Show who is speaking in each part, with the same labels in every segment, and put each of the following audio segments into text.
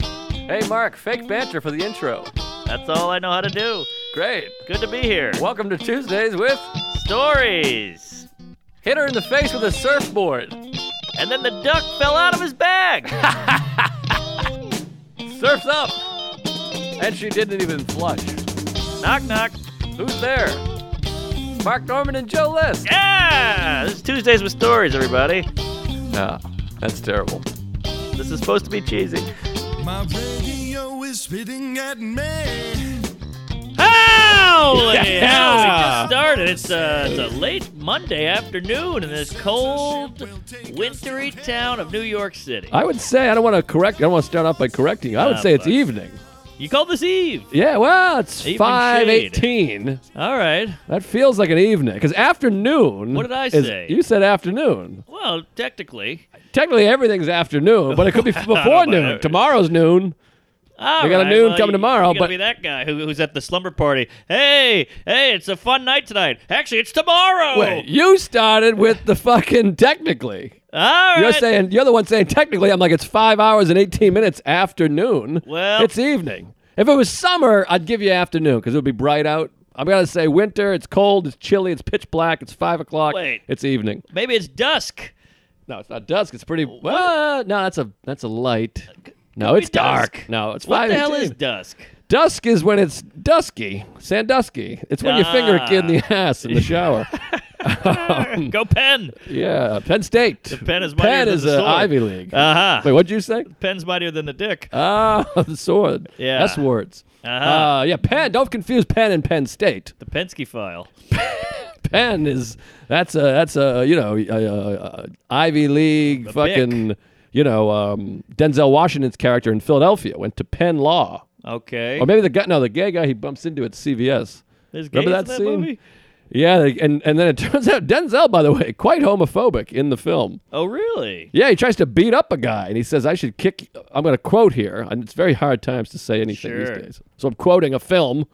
Speaker 1: Hey, Mark, fake banter for the intro.
Speaker 2: That's all I know how to do.
Speaker 1: Great.
Speaker 2: Good to be here.
Speaker 1: Welcome to Tuesdays with
Speaker 2: Stories.
Speaker 1: Hit Her in the Face with a Surfboard.
Speaker 2: And then the duck fell out of his bag.
Speaker 1: Surf's up! And she didn't even flush.
Speaker 2: knock knock.
Speaker 1: Who's there? Mark Norman and Joe List.
Speaker 2: Yeah. This is Tuesdays with Stories, everybody.
Speaker 1: No, Ah, that's terrible.
Speaker 2: This is supposed to be cheesy.
Speaker 3: My radio is spitting at me.
Speaker 2: Holy
Speaker 4: Yeah.
Speaker 2: hell, we just started. It's a, it's a late Monday afternoon in this cold, wintry town of New York City.
Speaker 1: I would say, I don't want to correct, I don't want to start off by correcting you. I would
Speaker 2: Ah,
Speaker 1: say it's
Speaker 2: fuck.
Speaker 1: evening.
Speaker 2: You call this Eve?
Speaker 1: Yeah, well, it's
Speaker 2: Evening
Speaker 1: 518.
Speaker 2: All right.
Speaker 1: That feels like an evening. Because afternoon.
Speaker 2: What did I
Speaker 1: is-
Speaker 2: say?
Speaker 1: You said afternoon.
Speaker 2: Well, technically.
Speaker 1: Technically, everything's afternoon, but it could be before
Speaker 2: about
Speaker 1: noon.
Speaker 2: everything.
Speaker 1: Tomorrow's noon.
Speaker 2: All
Speaker 1: They got a
Speaker 2: right,
Speaker 1: noon
Speaker 2: well,
Speaker 1: coming
Speaker 2: you-
Speaker 1: tomorrow,
Speaker 2: you gotta
Speaker 1: but-
Speaker 2: be that guy who, who's at the slumber party. Hey, hey, it's a fun night tonight. Actually, it's tomorrow.
Speaker 1: Wait, you started with the fucking technically.
Speaker 2: All
Speaker 1: You're
Speaker 2: right.
Speaker 1: saying you're the one saying technically. I'm like it's five hours and eighteen minutes afternoon.
Speaker 2: Well-
Speaker 1: it's evening. If it was summer, I'd give you afternoon because it would be bright out. I'm gonna say winter. It's cold. It's chilly. It's pitch black. It's five o'clock.
Speaker 2: Wait.
Speaker 1: it's evening.
Speaker 2: Maybe it's dusk.
Speaker 1: No, it's not dusk. It's pretty. Well, no, that's a that's a light. No,
Speaker 2: Uh, Could be
Speaker 1: it's dark.
Speaker 2: dusk.
Speaker 1: No, it's
Speaker 2: What
Speaker 1: five.
Speaker 2: the hell is
Speaker 1: 18.
Speaker 2: dusk?
Speaker 1: Dusk is when it's dusky, sandusky. It's when you finger a kid in
Speaker 2: Ah.
Speaker 1: the ass in the shower.
Speaker 2: Go Penn.
Speaker 1: yeah, Penn State.
Speaker 2: Penn is mightier
Speaker 1: Penn
Speaker 2: than
Speaker 1: is
Speaker 2: the
Speaker 1: uh,
Speaker 2: sword.
Speaker 1: Ivy League.
Speaker 2: Uh huh.
Speaker 1: Wait, what'd you say?
Speaker 2: Penn's mightier than the dick.
Speaker 1: Ah, the sword.
Speaker 2: Yeah.
Speaker 1: S words.
Speaker 2: Uh-huh.
Speaker 1: Uh, yeah, Penn. Don't confuse Penn and Penn State.
Speaker 2: The Penske file.
Speaker 1: Penn is that's a that's a you know a, a, a Ivy League fucking you know um, Denzel Washington's character in Philadelphia went to Penn Law.
Speaker 2: Okay.
Speaker 1: Or maybe the guy, no, the gay guy he bumps into at CVS.
Speaker 2: There's gays
Speaker 1: Oh, Remember that
Speaker 2: in that
Speaker 1: scene?
Speaker 2: movie?
Speaker 1: Yeah, they- and, and then it turns out Denzel, by the way, quite homophobic in the film.
Speaker 2: Oh, really?
Speaker 1: Yeah, he tries to beat up a guy, and he says, "I should kick." I'm going to quote here, and it's very hard times to say anything
Speaker 2: Sure.
Speaker 1: these days. So I'm quoting a film.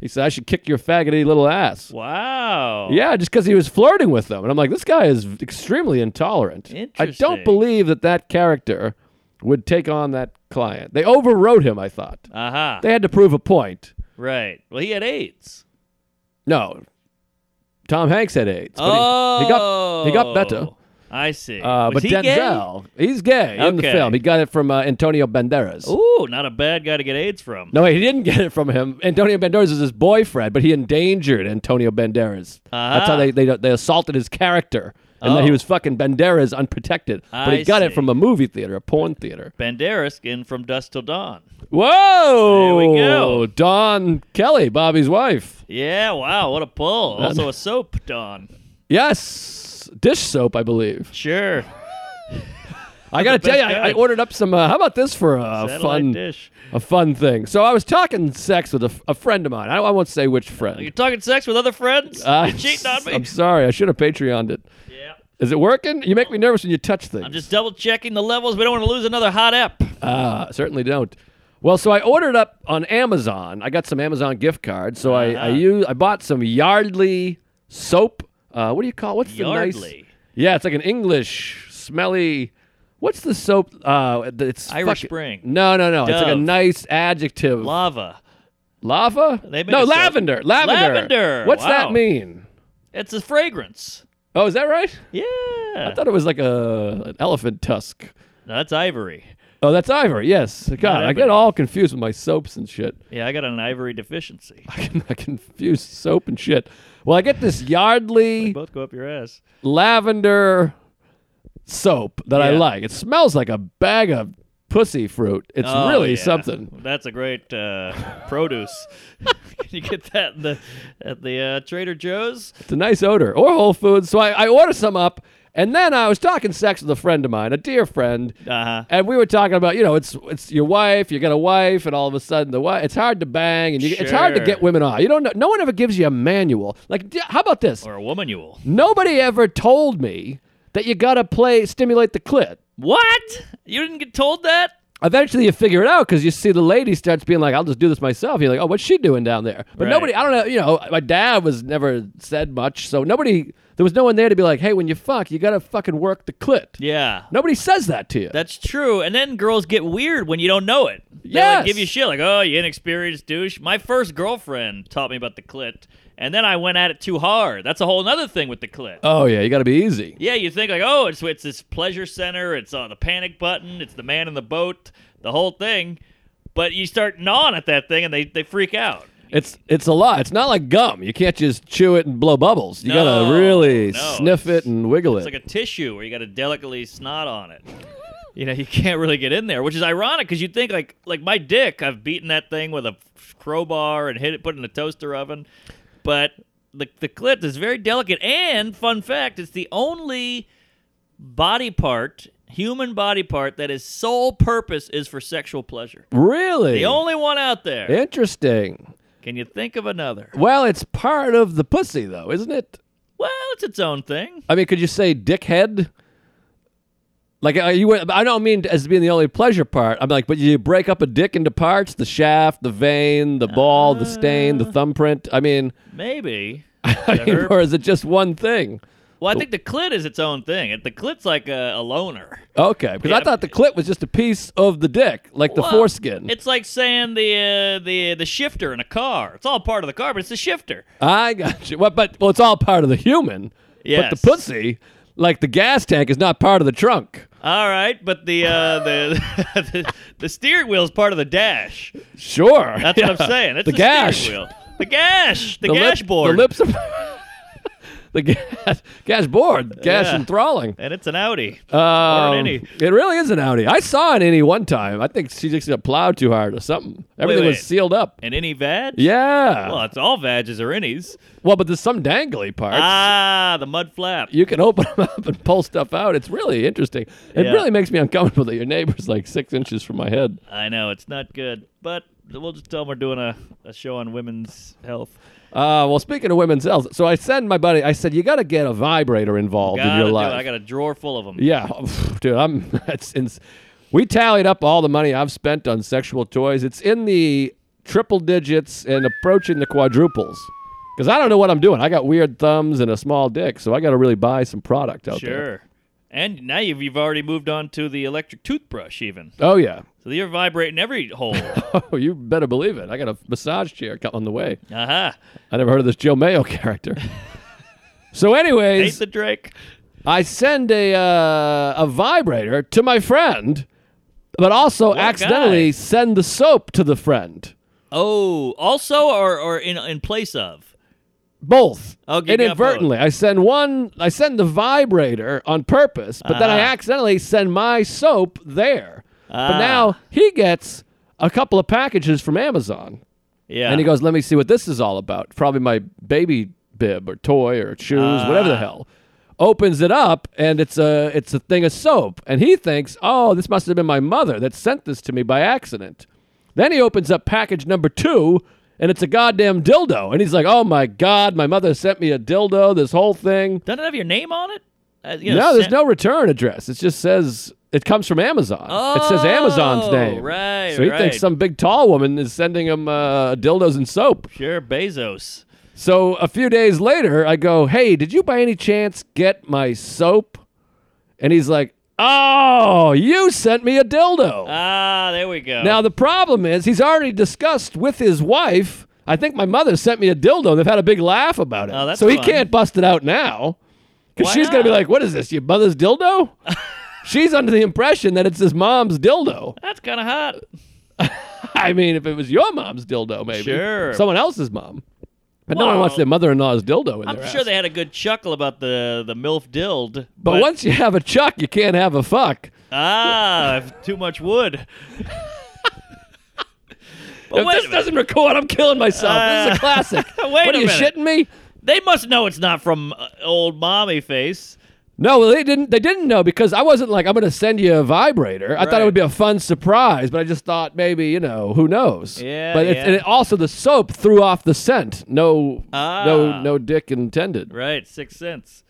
Speaker 1: He said, "I should kick your faggoty little ass."
Speaker 2: Wow.
Speaker 1: Yeah, just because he was flirting with them, and I'm like, this guy is extremely intolerant. I
Speaker 2: Interesting.
Speaker 1: don't believe that that character would take on that client. They overrode him. I thought
Speaker 2: Uh huh.
Speaker 1: they had to prove a point.
Speaker 2: Right. Well, he had AIDS.
Speaker 1: No, Tom Hanks had AIDS. but
Speaker 2: oh.
Speaker 1: he, he got he got better.
Speaker 2: I see.
Speaker 1: Uh,
Speaker 2: Oh. Was
Speaker 1: but
Speaker 2: he gay?
Speaker 1: Denzel, he's gay in the
Speaker 2: Okay.
Speaker 1: film. He got it from uh, Antonio Banderas.
Speaker 2: Ooh, not a bad guy to get AIDS from.
Speaker 1: No, wait, he didn't get it from him. Antonio Banderas is his boyfriend, but he endangered Antonio Banderas. That's how
Speaker 2: Ah.
Speaker 1: they, they they assaulted his character, and that he
Speaker 2: Oh.
Speaker 1: was fucking Banderas unprotected. But he
Speaker 2: I
Speaker 1: got it
Speaker 2: see.
Speaker 1: from a movie theater, a porn theater.
Speaker 2: Banderas in From Dust Till Dawn.
Speaker 1: Whoa!
Speaker 2: There we go.
Speaker 1: Don Kelly, Bobby's wife.
Speaker 2: Yeah, wow, what a pull. Also a soap, Don.
Speaker 1: Yes, dish soap, I believe.
Speaker 2: Sure.
Speaker 1: I gotta
Speaker 2: the
Speaker 1: tell you,
Speaker 2: best
Speaker 1: I, I
Speaker 2: guy.
Speaker 1: ordered up some. Uh, how about this for a
Speaker 2: Satellite
Speaker 1: fun
Speaker 2: dish.
Speaker 1: a fun thing? So I was talking sex with a, f- a friend of mine. I, I won't say which friend.
Speaker 2: You're talking sex with other friends?
Speaker 1: Uh,
Speaker 2: You're cheating on me?
Speaker 1: I'm sorry. I should have Patreoned it.
Speaker 2: yeah.
Speaker 1: Is it working? You make me nervous when you touch things.
Speaker 2: I'm just double checking the levels. We don't want to lose another hot app.
Speaker 1: uh, certainly don't. Well, so I ordered up on Amazon. I got some Amazon gift cards. So I I,
Speaker 2: Uh-huh.
Speaker 1: use, I bought some Yardley soap. Uh, what do you call what's the nice?
Speaker 2: Yardley.
Speaker 1: Yeah, it's like an English smelly. What's the soap? Uh, it's
Speaker 2: Irish
Speaker 1: fuck-
Speaker 2: Spring.
Speaker 1: No, no, no. It's like a
Speaker 2: Dove.
Speaker 1: nice adjective.
Speaker 2: Lava.
Speaker 1: Lava?
Speaker 2: They make
Speaker 1: no,
Speaker 2: a soap.
Speaker 1: lavender. Lavender.
Speaker 2: Lavender,
Speaker 1: What's that
Speaker 2: wow.
Speaker 1: mean?
Speaker 2: It's a fragrance.
Speaker 1: Oh, is that right?
Speaker 2: Yeah.
Speaker 1: I thought it was like a an elephant tusk.
Speaker 2: no, that's ivory.
Speaker 1: Oh, that's ivory. Yes. God, I get
Speaker 2: ebony.
Speaker 1: all confused with my soaps and shit.
Speaker 2: Yeah, I got an ivory deficiency.
Speaker 1: I can I confuse soap and shit. Well, I get this Yardley
Speaker 2: Both go up your ass.
Speaker 1: lavender soap that I
Speaker 2: Yeah.
Speaker 1: like. It smells like a bag of pussy fruit. It's
Speaker 2: Oh,
Speaker 1: really
Speaker 2: yeah.
Speaker 1: something.
Speaker 2: That's a great uh, produce. Can you get that in the, at the uh, Trader Joe's?
Speaker 1: It's a nice odor. Or Whole Foods. So I, I order some up. And then I was talking sex with a friend of mine, a dear friend.
Speaker 2: Uh-huh.
Speaker 1: And we were talking about, you know, it's it's your wife, you got a wife, and all of a sudden the wife, it's hard to bang, and you, it's hard to
Speaker 2: Sure.
Speaker 1: get women off. You don't know, no one ever gives you a manual. Like, d- how about this?
Speaker 2: Or a womanule.
Speaker 1: Nobody ever told me that you gotta play stimulate the clit.
Speaker 2: What? You didn't get told that?
Speaker 1: Eventually, you figure it out because you see the lady starts being like, "I'll just do this myself." You're like, "Oh, what's she doing down there?" But
Speaker 2: Right.
Speaker 1: nobody, I don't know. You know, my dad was never said much, so nobody. There was no one there to be like, "Hey, when you fuck, you gotta fucking work the clit."
Speaker 2: Yeah.
Speaker 1: Nobody says that to you.
Speaker 2: That's true. And then girls get weird when you don't know it. They like give
Speaker 1: Yes.
Speaker 2: you shit like, oh, you inexperienced douche. My first girlfriend taught me about the clit, and then I went at it too hard. That's a whole other thing with the clit.
Speaker 1: Oh yeah, you got to be easy.
Speaker 2: Yeah, you think like, oh, it's it's this pleasure center, it's on the panic button, it's the man in the boat, the whole thing. But you start gnawing at that thing, and they, they freak out.
Speaker 1: It's it's a lot. It's not like gum. You can't just chew it and blow bubbles. You
Speaker 2: No,
Speaker 1: gotta really
Speaker 2: no,
Speaker 1: sniff it and wiggle
Speaker 2: It's
Speaker 1: it.
Speaker 2: like a tissue where you got to delicately snot on it. You know, you can't really get in there, which is ironic because you think like like my dick, I've beaten that thing with a crowbar and hit it, put it in a toaster oven, but the the clit is very delicate. And fun fact, it's the only body part, human body part, that is sole purpose is for sexual pleasure.
Speaker 1: really
Speaker 2: The only one out there.
Speaker 1: interesting.
Speaker 2: Can you think of another?
Speaker 1: Well, it's part of the pussy though, isn't it?
Speaker 2: Well, it's its own thing.
Speaker 1: I mean, could you say dickhead? Like are you, I don't mean as being the only pleasure part. I'm like, but you break up a dick into parts: the shaft, the vein, the ball, the stain,
Speaker 2: Uh.
Speaker 1: the thumbprint. I mean,
Speaker 2: Maybe.
Speaker 1: I mean,
Speaker 2: herp.
Speaker 1: or is it just one thing?
Speaker 2: Well, I think the clit is its own thing. It- The clit's like a, a loner.
Speaker 1: Okay, because I
Speaker 2: Yeah.
Speaker 1: thought the clit was just a piece of the dick, like the
Speaker 2: Well,
Speaker 1: foreskin.
Speaker 2: It's like saying the uh, the the shifter in a car. It's all part of the car, but it's the shifter.
Speaker 1: I got you. Well, but well, it's all part of the human. But
Speaker 2: Yes.
Speaker 1: the pussy, like the gas tank, is not part of the trunk.
Speaker 2: All right, but the uh, the, the the steering wheel is part of the dash.
Speaker 1: Sure.
Speaker 2: That's what I'm saying. It's
Speaker 1: The
Speaker 2: the, steering
Speaker 1: gash.
Speaker 2: wheel. The gash. The,
Speaker 1: The lip-
Speaker 2: gash board.
Speaker 1: The lips. Are, the gas gas board. Gas
Speaker 2: Yeah.
Speaker 1: enthralling.
Speaker 2: And it's an Audi.
Speaker 1: Um,
Speaker 2: innie.
Speaker 1: It really is an Audi. I saw an innie one time. I think she just got plowed too hard or something. Everything
Speaker 2: wait.
Speaker 1: was sealed up.
Speaker 2: an innie vag.
Speaker 1: Yeah.
Speaker 2: Well, it's all vages or innies.
Speaker 1: Well, but there's some dangly parts.
Speaker 2: Ah, the mud flap.
Speaker 1: you can open them up and pull stuff out. It's really interesting. It
Speaker 2: Yeah.
Speaker 1: really makes me uncomfortable that your neighbor's like six inches from my head.
Speaker 2: I know it's not good, but we'll just tell them we're doing a, a show on women's health.
Speaker 1: Uh, well, speaking of women's health, so I send my buddy. I said you got to get a vibrator involved in
Speaker 2: Gotta
Speaker 1: your
Speaker 2: do it.
Speaker 1: life.
Speaker 2: I got a drawer full of them.
Speaker 1: yeah, dude, I'm. That's ins- we tallied up all the money I've spent on sexual toys. It's in the triple digits and approaching the quadruples. Because I don't know what I'm doing. I got weird thumbs and a small dick, so I got to really buy some product out there.
Speaker 2: Sure. And now you've, you've already moved on to the electric toothbrush, even.
Speaker 1: Oh yeah.
Speaker 2: So you're vibrating every hole.
Speaker 1: Oh, you better believe it. I got a massage chair co- on the way.
Speaker 2: uh-huh.
Speaker 1: I never heard of this Joe Mayo character. so,
Speaker 2: Ain't
Speaker 1: anyways,
Speaker 2: the Drake.
Speaker 1: I send a uh, a vibrator to my friend, but also accidentally
Speaker 2: guy.
Speaker 1: send the soap to the friend.
Speaker 2: Oh, also or, or in, in place of?
Speaker 1: Both.
Speaker 2: Oh, you got both.
Speaker 1: Inadvertently, I send one. I send the vibrator on purpose, but then I
Speaker 2: Ah.
Speaker 1: accidentally send my soap there. But
Speaker 2: Ah.
Speaker 1: now he gets a couple of packages from Amazon.
Speaker 2: Yeah.
Speaker 1: And he goes, "Let me see what this is all about. Probably my baby bib or toy or shoes, whatever
Speaker 2: Ah.
Speaker 1: the hell." Opens it up, and it's a it's a thing of soap. And he thinks, "Oh, this must have been my mother that sent this to me by accident." Then he opens up package number two, and it's a goddamn dildo. And he's like, "Oh my god, my mother sent me a dildo. This whole thing."
Speaker 2: Doesn't it have your name on it? Uh, you know,
Speaker 1: No, there's
Speaker 2: sent-
Speaker 1: no return address. It just says it comes from Amazon. it says Amazon's
Speaker 2: Oh,
Speaker 1: name.
Speaker 2: right,
Speaker 1: So he thinks
Speaker 2: right.
Speaker 1: some big tall woman is sending him uh, dildos and soap.
Speaker 2: Sure, Bezos.
Speaker 1: So a few days later, I go, "Hey, did you by any chance get my soap?" And he's like, "Oh, you sent me a dildo."
Speaker 2: Ah, there we go.
Speaker 1: now the problem is he's already discussed with his wife. I think my mother sent me a dildo. They've had a big laugh about it.
Speaker 2: Oh, that's
Speaker 1: so he
Speaker 2: fun.
Speaker 1: can't bust it out now cuz
Speaker 2: Why
Speaker 1: she's going to be
Speaker 2: not?
Speaker 1: like, "What is this? Your mother's dildo?" she's under the impression that it's his mom's dildo.
Speaker 2: That's kind of hot.
Speaker 1: I mean, if it was your mom's dildo maybe.
Speaker 2: Sure.
Speaker 1: Someone else's mom. But no one
Speaker 2: Well,
Speaker 1: wants their mother-in-law's dildo in
Speaker 2: I'm
Speaker 1: their
Speaker 2: sure
Speaker 1: house.
Speaker 2: they had a good chuckle about the, the MILF dilled.
Speaker 1: But, once you have a chuck, you can't have a fuck.
Speaker 2: Ah, I've too much wood. but
Speaker 1: if
Speaker 2: wait a
Speaker 1: this
Speaker 2: minute.
Speaker 1: doesn't record, I'm killing myself. this is a
Speaker 2: Uh,
Speaker 1: classic.
Speaker 2: wait
Speaker 1: what
Speaker 2: a
Speaker 1: are you
Speaker 2: minute.
Speaker 1: shitting me?
Speaker 2: They must know it's not from uh, old mommy face.
Speaker 1: No, well, they didn't. They didn't know because I wasn't like I'm going to send you a vibrator. I thought it
Speaker 2: Right.
Speaker 1: would be a fun surprise, but I just thought maybe you know who knows.
Speaker 2: Yeah,
Speaker 1: But It,
Speaker 2: yeah.
Speaker 1: and it, also the soap threw off the scent. No, no,
Speaker 2: Ah.
Speaker 1: no dick intended.
Speaker 2: Right, six cents.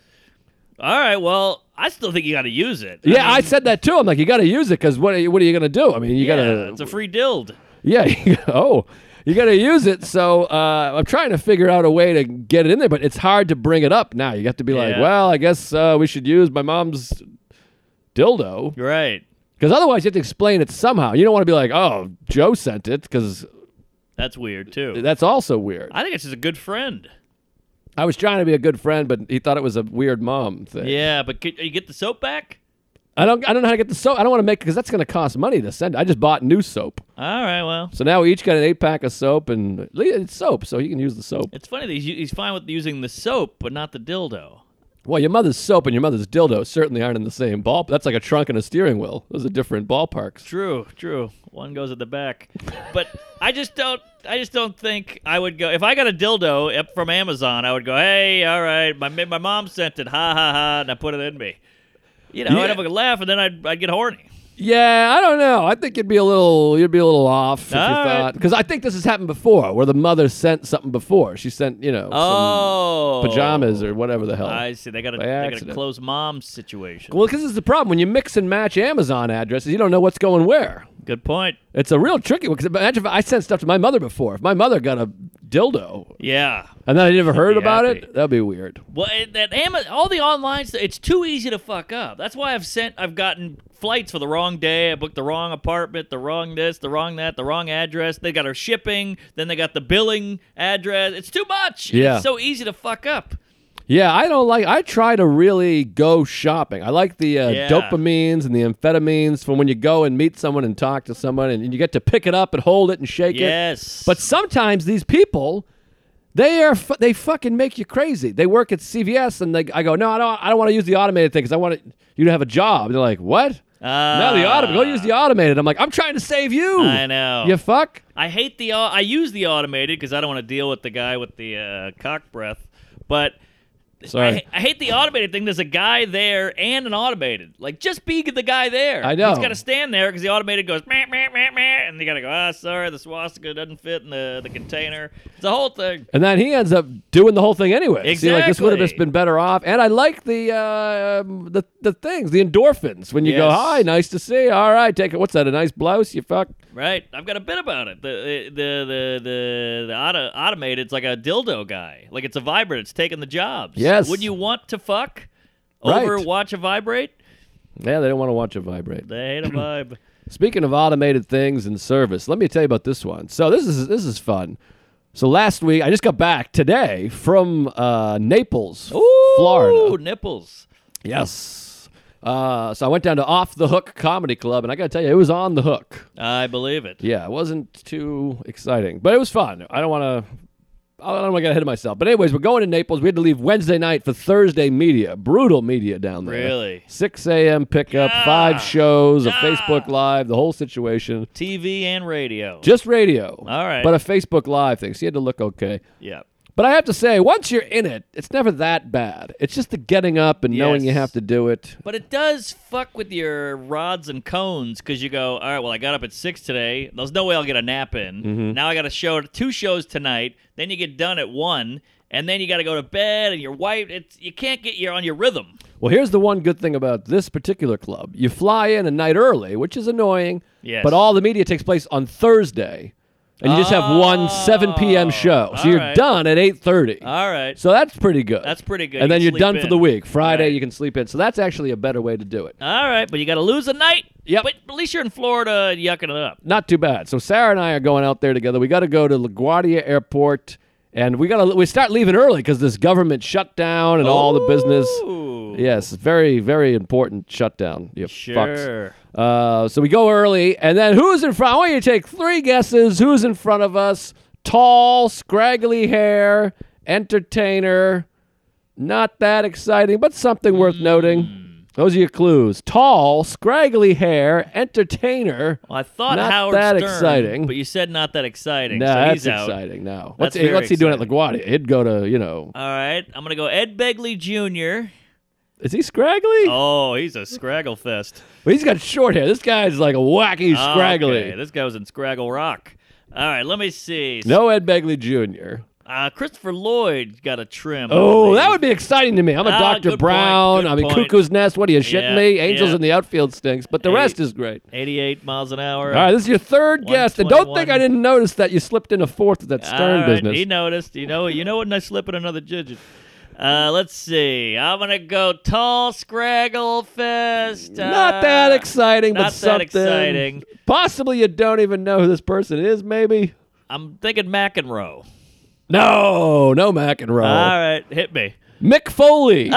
Speaker 2: All right, well, I still think you got to use it.
Speaker 1: Yeah, I,
Speaker 2: mean,
Speaker 1: said that too. I'm like, you got to use it because what? Are you, what are you going to do? I mean, you
Speaker 2: yeah,
Speaker 1: got
Speaker 2: It's
Speaker 1: to.
Speaker 2: a free dild.
Speaker 1: Yeah. you- oh, you got to use it. So uh, I'm trying to figure out a way to get it in there, but it's hard to bring it up now. You have to be like,
Speaker 2: Yeah.
Speaker 1: well, I guess uh, we should use my mom's dildo.
Speaker 2: Right.
Speaker 1: Because otherwise, you have to explain it somehow. You don't want to be like, "Oh, Joe sent it," because
Speaker 2: That's weird too.
Speaker 1: that's also weird.
Speaker 2: I think it's just a good friend.
Speaker 1: I was trying to be a good friend, but he thought it was a weird mom thing.
Speaker 2: Yeah, but could, you get the soap back?
Speaker 1: I don't. I don't know how to get the soap. I don't want to make because that's going to cost money to send. it. I just bought new soap,
Speaker 2: All right, well,
Speaker 1: so now we each got an eight pack of soap, and it's soap, so you can use the soap.
Speaker 2: it's funny that he's, he's fine with using the soap, but not the dildo.
Speaker 1: Well, your mother's soap and your mother's dildo certainly aren't in the same ball. That's like a trunk and a steering wheel. Those are different ballparks.
Speaker 2: True, true. One goes at the back, but I just don't. I just don't think I would go if I got a dildo up from Amazon. I would go, hey, all right, my my mom sent it, ha ha ha, and I put it in me. You know,
Speaker 1: Yeah.
Speaker 2: I'd have a laugh, and then I'd I'd get horny.
Speaker 1: Yeah, I don't know. I think you'd be a little you'd be a little off if
Speaker 2: All
Speaker 1: you
Speaker 2: right.
Speaker 1: thought because I think this has happened before, where the mother sent something before. She sent you know
Speaker 2: Oh,
Speaker 1: some pajamas or whatever the hell.
Speaker 2: I see. They got a
Speaker 1: By
Speaker 2: they got a
Speaker 1: accident.
Speaker 2: close mom situation.
Speaker 1: Well, because this is the problem when you mix and match Amazon addresses, you don't know what's going where.
Speaker 2: Good point.
Speaker 1: It's a real tricky one. Because imagine if I sent stuff to my mother before. If my mother got a dildo
Speaker 2: Yeah.
Speaker 1: and then I never heard
Speaker 2: be
Speaker 1: about
Speaker 2: happy.
Speaker 1: it, that'd be weird.
Speaker 2: Well, it- that Amazon, all the online stuff, it's too easy to fuck up. That's why I've sent, I've gotten flights for the wrong day. I booked the wrong apartment, the wrong this, the wrong that, the wrong address. They got our shipping, then they got the billing address. It's too much.
Speaker 1: Yeah.
Speaker 2: It's so easy to fuck up.
Speaker 1: Yeah, I don't like. I try to really go shopping. I like the uh,
Speaker 2: Yeah.
Speaker 1: dopamines and the amphetamines from when you go and meet someone and talk to someone, and you get to pick it up and hold it and shake it.
Speaker 2: Yes.
Speaker 1: But sometimes these people, they are fu- they fucking make you crazy. They work at CVS, and they, I go, no, I don't. I don't want to use the automated thing because I want to, you to have a job. they're like, what?
Speaker 2: Ah.
Speaker 1: No, the automated. Go use the automated. I'm like, I'm trying to save you.
Speaker 2: I know.
Speaker 1: You fuck.
Speaker 2: I hate the. au- I use the automated because I don't want to deal with the guy with the uh, cock breath. But
Speaker 1: Sorry.
Speaker 2: I, I hate the automated thing. There's a guy there and an automated. Like, just be the guy there.
Speaker 1: I know.
Speaker 2: He's got to stand there because the automated goes, meh, meh, meh, meh, and you got to go, ah, sorry, the swastika doesn't fit in the, the container. It's the whole thing.
Speaker 1: And then he ends up doing the whole thing anyway. See, like this would have
Speaker 2: Exactly.
Speaker 1: just been better off. And I like the uh, um, the the things, the endorphins when you go,
Speaker 2: Yes.
Speaker 1: "Hi, nice to see. you. All right, take it. What's that? A nice blouse? You fuck."
Speaker 2: Right. I've got a bit about it. The the the the, the auto, automated. It's like a dildo guy. Like it's a vibrate. It's taking the jobs.
Speaker 1: Yes.
Speaker 2: Would you want to fuck
Speaker 1: Right.
Speaker 2: over watch a vibrate?
Speaker 1: Yeah, they don't want to watch it vibrate.
Speaker 2: They hate a vibe.
Speaker 1: Speaking of automated things and service, let me tell you about this one. So this is this is fun. So last week I just got back today from uh, Naples,
Speaker 2: Ooh,
Speaker 1: Florida.
Speaker 2: nipples.
Speaker 1: Yes. Uh, so I went down to Off the Hook Comedy Club, and I got to tell you, it was on the hook.
Speaker 2: I believe it.
Speaker 1: Yeah, it wasn't too exciting, but it was fun. I don't want to. I don't want to get ahead of myself. But anyways, we're going to Naples. We had to leave Wednesday night for Thursday media. Brutal media down there.
Speaker 2: Really?
Speaker 1: 6 a.m. pickup,
Speaker 2: Yeah.
Speaker 1: five shows,
Speaker 2: Yeah.
Speaker 1: a Facebook Live, the whole situation.
Speaker 2: TV and radio.
Speaker 1: Just radio.
Speaker 2: All right.
Speaker 1: But a Facebook Live thing. So you had to look okay.
Speaker 2: yeah.
Speaker 1: But I have to say, once you're in it, it's never that bad. It's just the getting up and knowing you
Speaker 2: Yes.
Speaker 1: have to do it.
Speaker 2: But it does fuck with your rods and cones because you go, all right, well, I got up at six today. There's no way I'll get a nap in.
Speaker 1: Mm-hmm.
Speaker 2: Now I got a show, two shows tonight. Then you get done at one, and then you got to go to bed, and you're wiped. It's you can't get you're on your rhythm.
Speaker 1: Well, here's the one good thing about this particular club. You fly in a night early, which is annoying,
Speaker 2: Yes.
Speaker 1: but all the media takes place on Thursday. And you just have one 7 p.m. show. So
Speaker 2: all
Speaker 1: you're
Speaker 2: right.
Speaker 1: done at 8:30.
Speaker 2: Oh. All right.
Speaker 1: So that's pretty good.
Speaker 2: That's pretty good.
Speaker 1: And
Speaker 2: You
Speaker 1: then
Speaker 2: can
Speaker 1: you're
Speaker 2: sleep
Speaker 1: done
Speaker 2: in.
Speaker 1: for the week. Friday
Speaker 2: Right.
Speaker 1: you can sleep in. So that's actually a better way to do it.
Speaker 2: all right, but you got to lose a night.
Speaker 1: Yep.
Speaker 2: But at least you're in Florida and yucking it up.
Speaker 1: Not too bad. So Sarah and I are going out there together. We got to go to LaGuardia Airport and we got to we start leaving early cuz this government shutdown and all the business.
Speaker 2: Ooh.
Speaker 1: Yes, very very important shutdown. You fucks.
Speaker 2: Sure.
Speaker 1: Uh, so we go early, and then who's in front? I want you to take three guesses. Who's in front of us? Tall, scraggly hair, entertainer. Not that exciting, but something worth
Speaker 2: Hmm.
Speaker 1: noting. Those are your clues. Tall, scraggly hair, entertainer.
Speaker 2: Well, I thought
Speaker 1: Not
Speaker 2: Howard
Speaker 1: that
Speaker 2: Stern,
Speaker 1: exciting.
Speaker 2: but you said not that exciting.
Speaker 1: No,
Speaker 2: so
Speaker 1: that's
Speaker 2: he's out.
Speaker 1: exciting. No, what's,
Speaker 2: That's
Speaker 1: he, what's he
Speaker 2: very
Speaker 1: doing at LaGuardia? He'd go to you know.
Speaker 2: All right, I'm gonna go Ed Begley Jr.
Speaker 1: Is he scraggly?
Speaker 2: Oh, he's a scraggle fest.
Speaker 1: Well, he's got short hair. This guy's like a wacky scraggly.
Speaker 2: Ah, Okay, this guy was in Scraggle Rock. All right, let me see.
Speaker 1: No Ed Begley Jr.
Speaker 2: Uh, Christopher Lloyd got a trim.
Speaker 1: Oh, that would be exciting to me. I'm a
Speaker 2: Ah, good
Speaker 1: Dr.
Speaker 2: point,
Speaker 1: Brown.
Speaker 2: good
Speaker 1: I mean,
Speaker 2: point.
Speaker 1: Cuckoo's Nest. What are you shitting
Speaker 2: Yeah,
Speaker 1: me? Angels
Speaker 2: yeah.
Speaker 1: in the outfield stinks, but the
Speaker 2: Hey.
Speaker 1: rest is great.
Speaker 2: 88 miles an hour.
Speaker 1: All right, this is your third guest, and don't think I
Speaker 2: 121.
Speaker 1: didn't notice that you slipped in a fourth with that Stern
Speaker 2: All right,
Speaker 1: business.
Speaker 2: He noticed. You know, you know when I slip in another digit. Uh, let's see. I'm gonna go tall scraggle fist.
Speaker 1: not that
Speaker 2: Uh,
Speaker 1: exciting, but
Speaker 2: not that
Speaker 1: something.
Speaker 2: exciting.
Speaker 1: Possibly you don't even know who this person is, maybe.
Speaker 2: I'm thinking McEnroe.
Speaker 1: No, no McEnroe.
Speaker 2: All right, hit me.
Speaker 1: Mick Foley.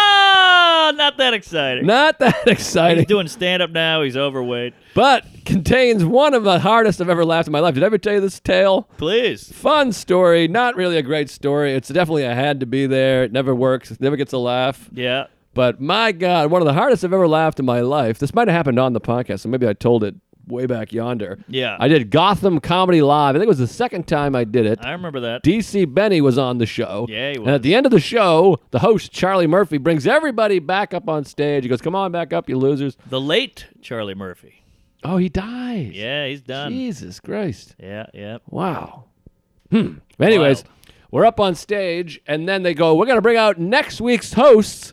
Speaker 2: Ah, not that exciting.
Speaker 1: Not that exciting,
Speaker 2: He's doing stand up now. He's overweight.
Speaker 1: but contains one of the hardest I've ever laughed in my life. Did I ever tell you this tale?
Speaker 2: Please.
Speaker 1: Fun story, not really a great story. It's definitely a had to be there. It never works. It never gets a laugh.
Speaker 2: Yeah.
Speaker 1: But my God, one of the hardest I've ever laughed in my life. This might have happened on the podcast, so maybe I told it way back yonder.
Speaker 2: Yeah.
Speaker 1: I did Gotham Comedy Live. I think it was the second time I did it.
Speaker 2: I remember that.
Speaker 1: DC Benny was on the show.
Speaker 2: Yeah, he
Speaker 1: And at the end of the show, the host, Charlie Murphy, brings everybody back up on stage. He goes, Come on back up, you losers.
Speaker 2: The late Charlie Murphy.
Speaker 1: Oh, he dies.
Speaker 2: Yeah, he's done.
Speaker 1: Jesus Christ.
Speaker 2: Yeah, yeah.
Speaker 1: Wow. Hmm. Anyways,
Speaker 2: Wild.
Speaker 1: we're up on stage, and then they go, We're going to bring out next week's hosts,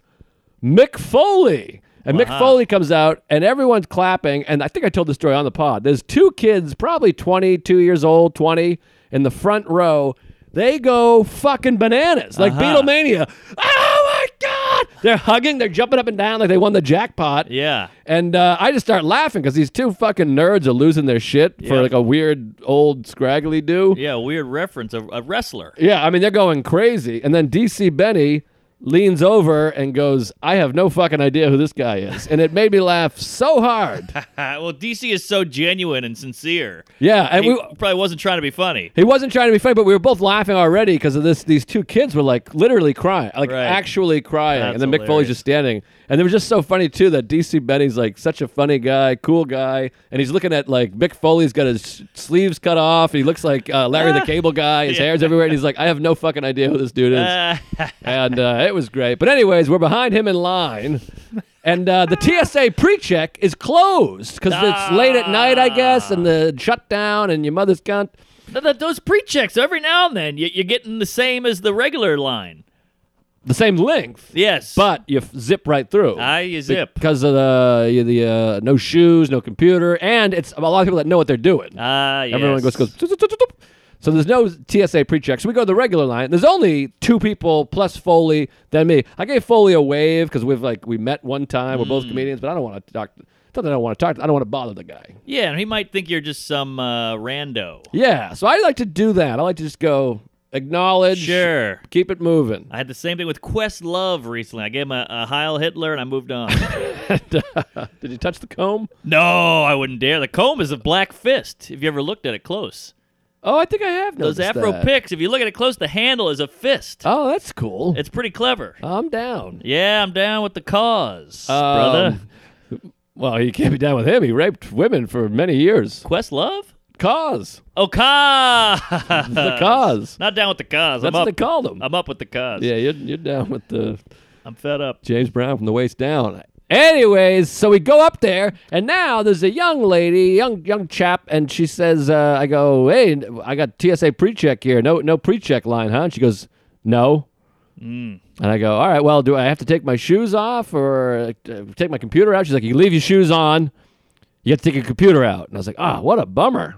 Speaker 1: Mick Foley. And Mick Foley comes out, and everyone's clapping. And I think I told the story on the pod. There's two kids, probably 22 years old, 20, in the front row. They go fucking bananas, like Beatlemania. Oh my God! They're hugging, they're jumping up and down like they won the jackpot.
Speaker 2: Yeah.
Speaker 1: And uh, I just start laughing because these two fucking nerds are losing their shit for
Speaker 2: Yeah.
Speaker 1: like a weird old scraggly do. Yeah.
Speaker 2: Yeah, weird reference. A, a wrestler.
Speaker 1: I mean, they're going crazy. And then DC Benny leans over and goes, I have no fucking idea who this guy is. And it made me laugh so hard.
Speaker 2: Ah, well, DC is so genuine and sincere.
Speaker 1: Yeah. And
Speaker 2: He
Speaker 1: we.
Speaker 2: probably wasn't trying to be funny.
Speaker 1: He wasn't trying to be funny, but we were both laughing already because of this. These two kids were like literally crying, like
Speaker 2: Right.
Speaker 1: actually crying, and
Speaker 2: That's
Speaker 1: then Mick Foley's
Speaker 2: hilarious.
Speaker 1: just standing. And it was just so funny too that DC Benny's like such a funny guy, cool guy, and he's looking at like Mick Foley's got his sh- sleeves cut off. He looks like uh, Larry the Cable Guy. His hair's everywhere, and he's like, I have no fucking idea who this dude is
Speaker 2: Ah,
Speaker 1: and uh, it was great. But anyways, we're behind him in line, and uh, the TSA pre-check is closed because it's late at night, I guess, and the shutdown and your mother's cunt.
Speaker 2: th- th- those pre checks, every now and then, you- you're getting the same as the regular line.
Speaker 1: The same length,
Speaker 2: Yes.
Speaker 1: but you f- zip right through.
Speaker 2: I you zip.
Speaker 1: because of the the uh, no shoes, no computer, and it's a lot of people that know what they're doing.
Speaker 2: Ah, yes.
Speaker 1: Everyone goes goes. "Tup, tup, tup, tup." So there's no TSA pre-check. So we go to the regular line. There's only two people plus Foley than me. I gave Foley a wave because we've like we met one time. We're
Speaker 2: Mm.
Speaker 1: both comedians, but I don't want to talk. It's Not that I don't want to talk. I don't want to bother the guy.
Speaker 2: Yeah, and he might think you're just some uh, rando.
Speaker 1: Yeah. So I like to do that. I like to just go acknowledge.
Speaker 2: Sure.
Speaker 1: Keep it moving.
Speaker 2: I had the same thing with Quest Love recently. I gave him a, a Heil Hitler and I moved on.
Speaker 1: Did you touch the comb?
Speaker 2: no, I wouldn't dare. The comb is a black fist. If you ever looked at it close,
Speaker 1: Oh, I think I have
Speaker 2: those
Speaker 1: noticed
Speaker 2: Afro
Speaker 1: that.
Speaker 2: picks. If you look at it close, the handle is a fist.
Speaker 1: Oh, that's cool.
Speaker 2: It's pretty clever.
Speaker 1: I'm down.
Speaker 2: Yeah, I'm down with the cause,
Speaker 1: Um,
Speaker 2: brother.
Speaker 1: Well, you can't be down with him. He raped women for many years.
Speaker 2: Quest Love.
Speaker 1: Cause.
Speaker 2: Oh, cause.
Speaker 1: The cause.
Speaker 2: Not down with the cause.
Speaker 1: That's
Speaker 2: I'm
Speaker 1: what
Speaker 2: up.
Speaker 1: they called him.
Speaker 2: I'm up with the cause.
Speaker 1: Yeah, you're, you're down with the
Speaker 2: I'm fed up.
Speaker 1: James Brown from the waist down. Anyways, so we go up there, and now there's a young lady, young young chap, and she says, uh, "I go, hey, I got TSA pre-check here. No, no pre-check line, huh?" And she goes, "No." And I go, "All right, well, do I have to take my shoes off or uh, take my computer out?" She's like, "You leave your shoes on, you have to take your computer out." And I was like, "Ah, what a bummer."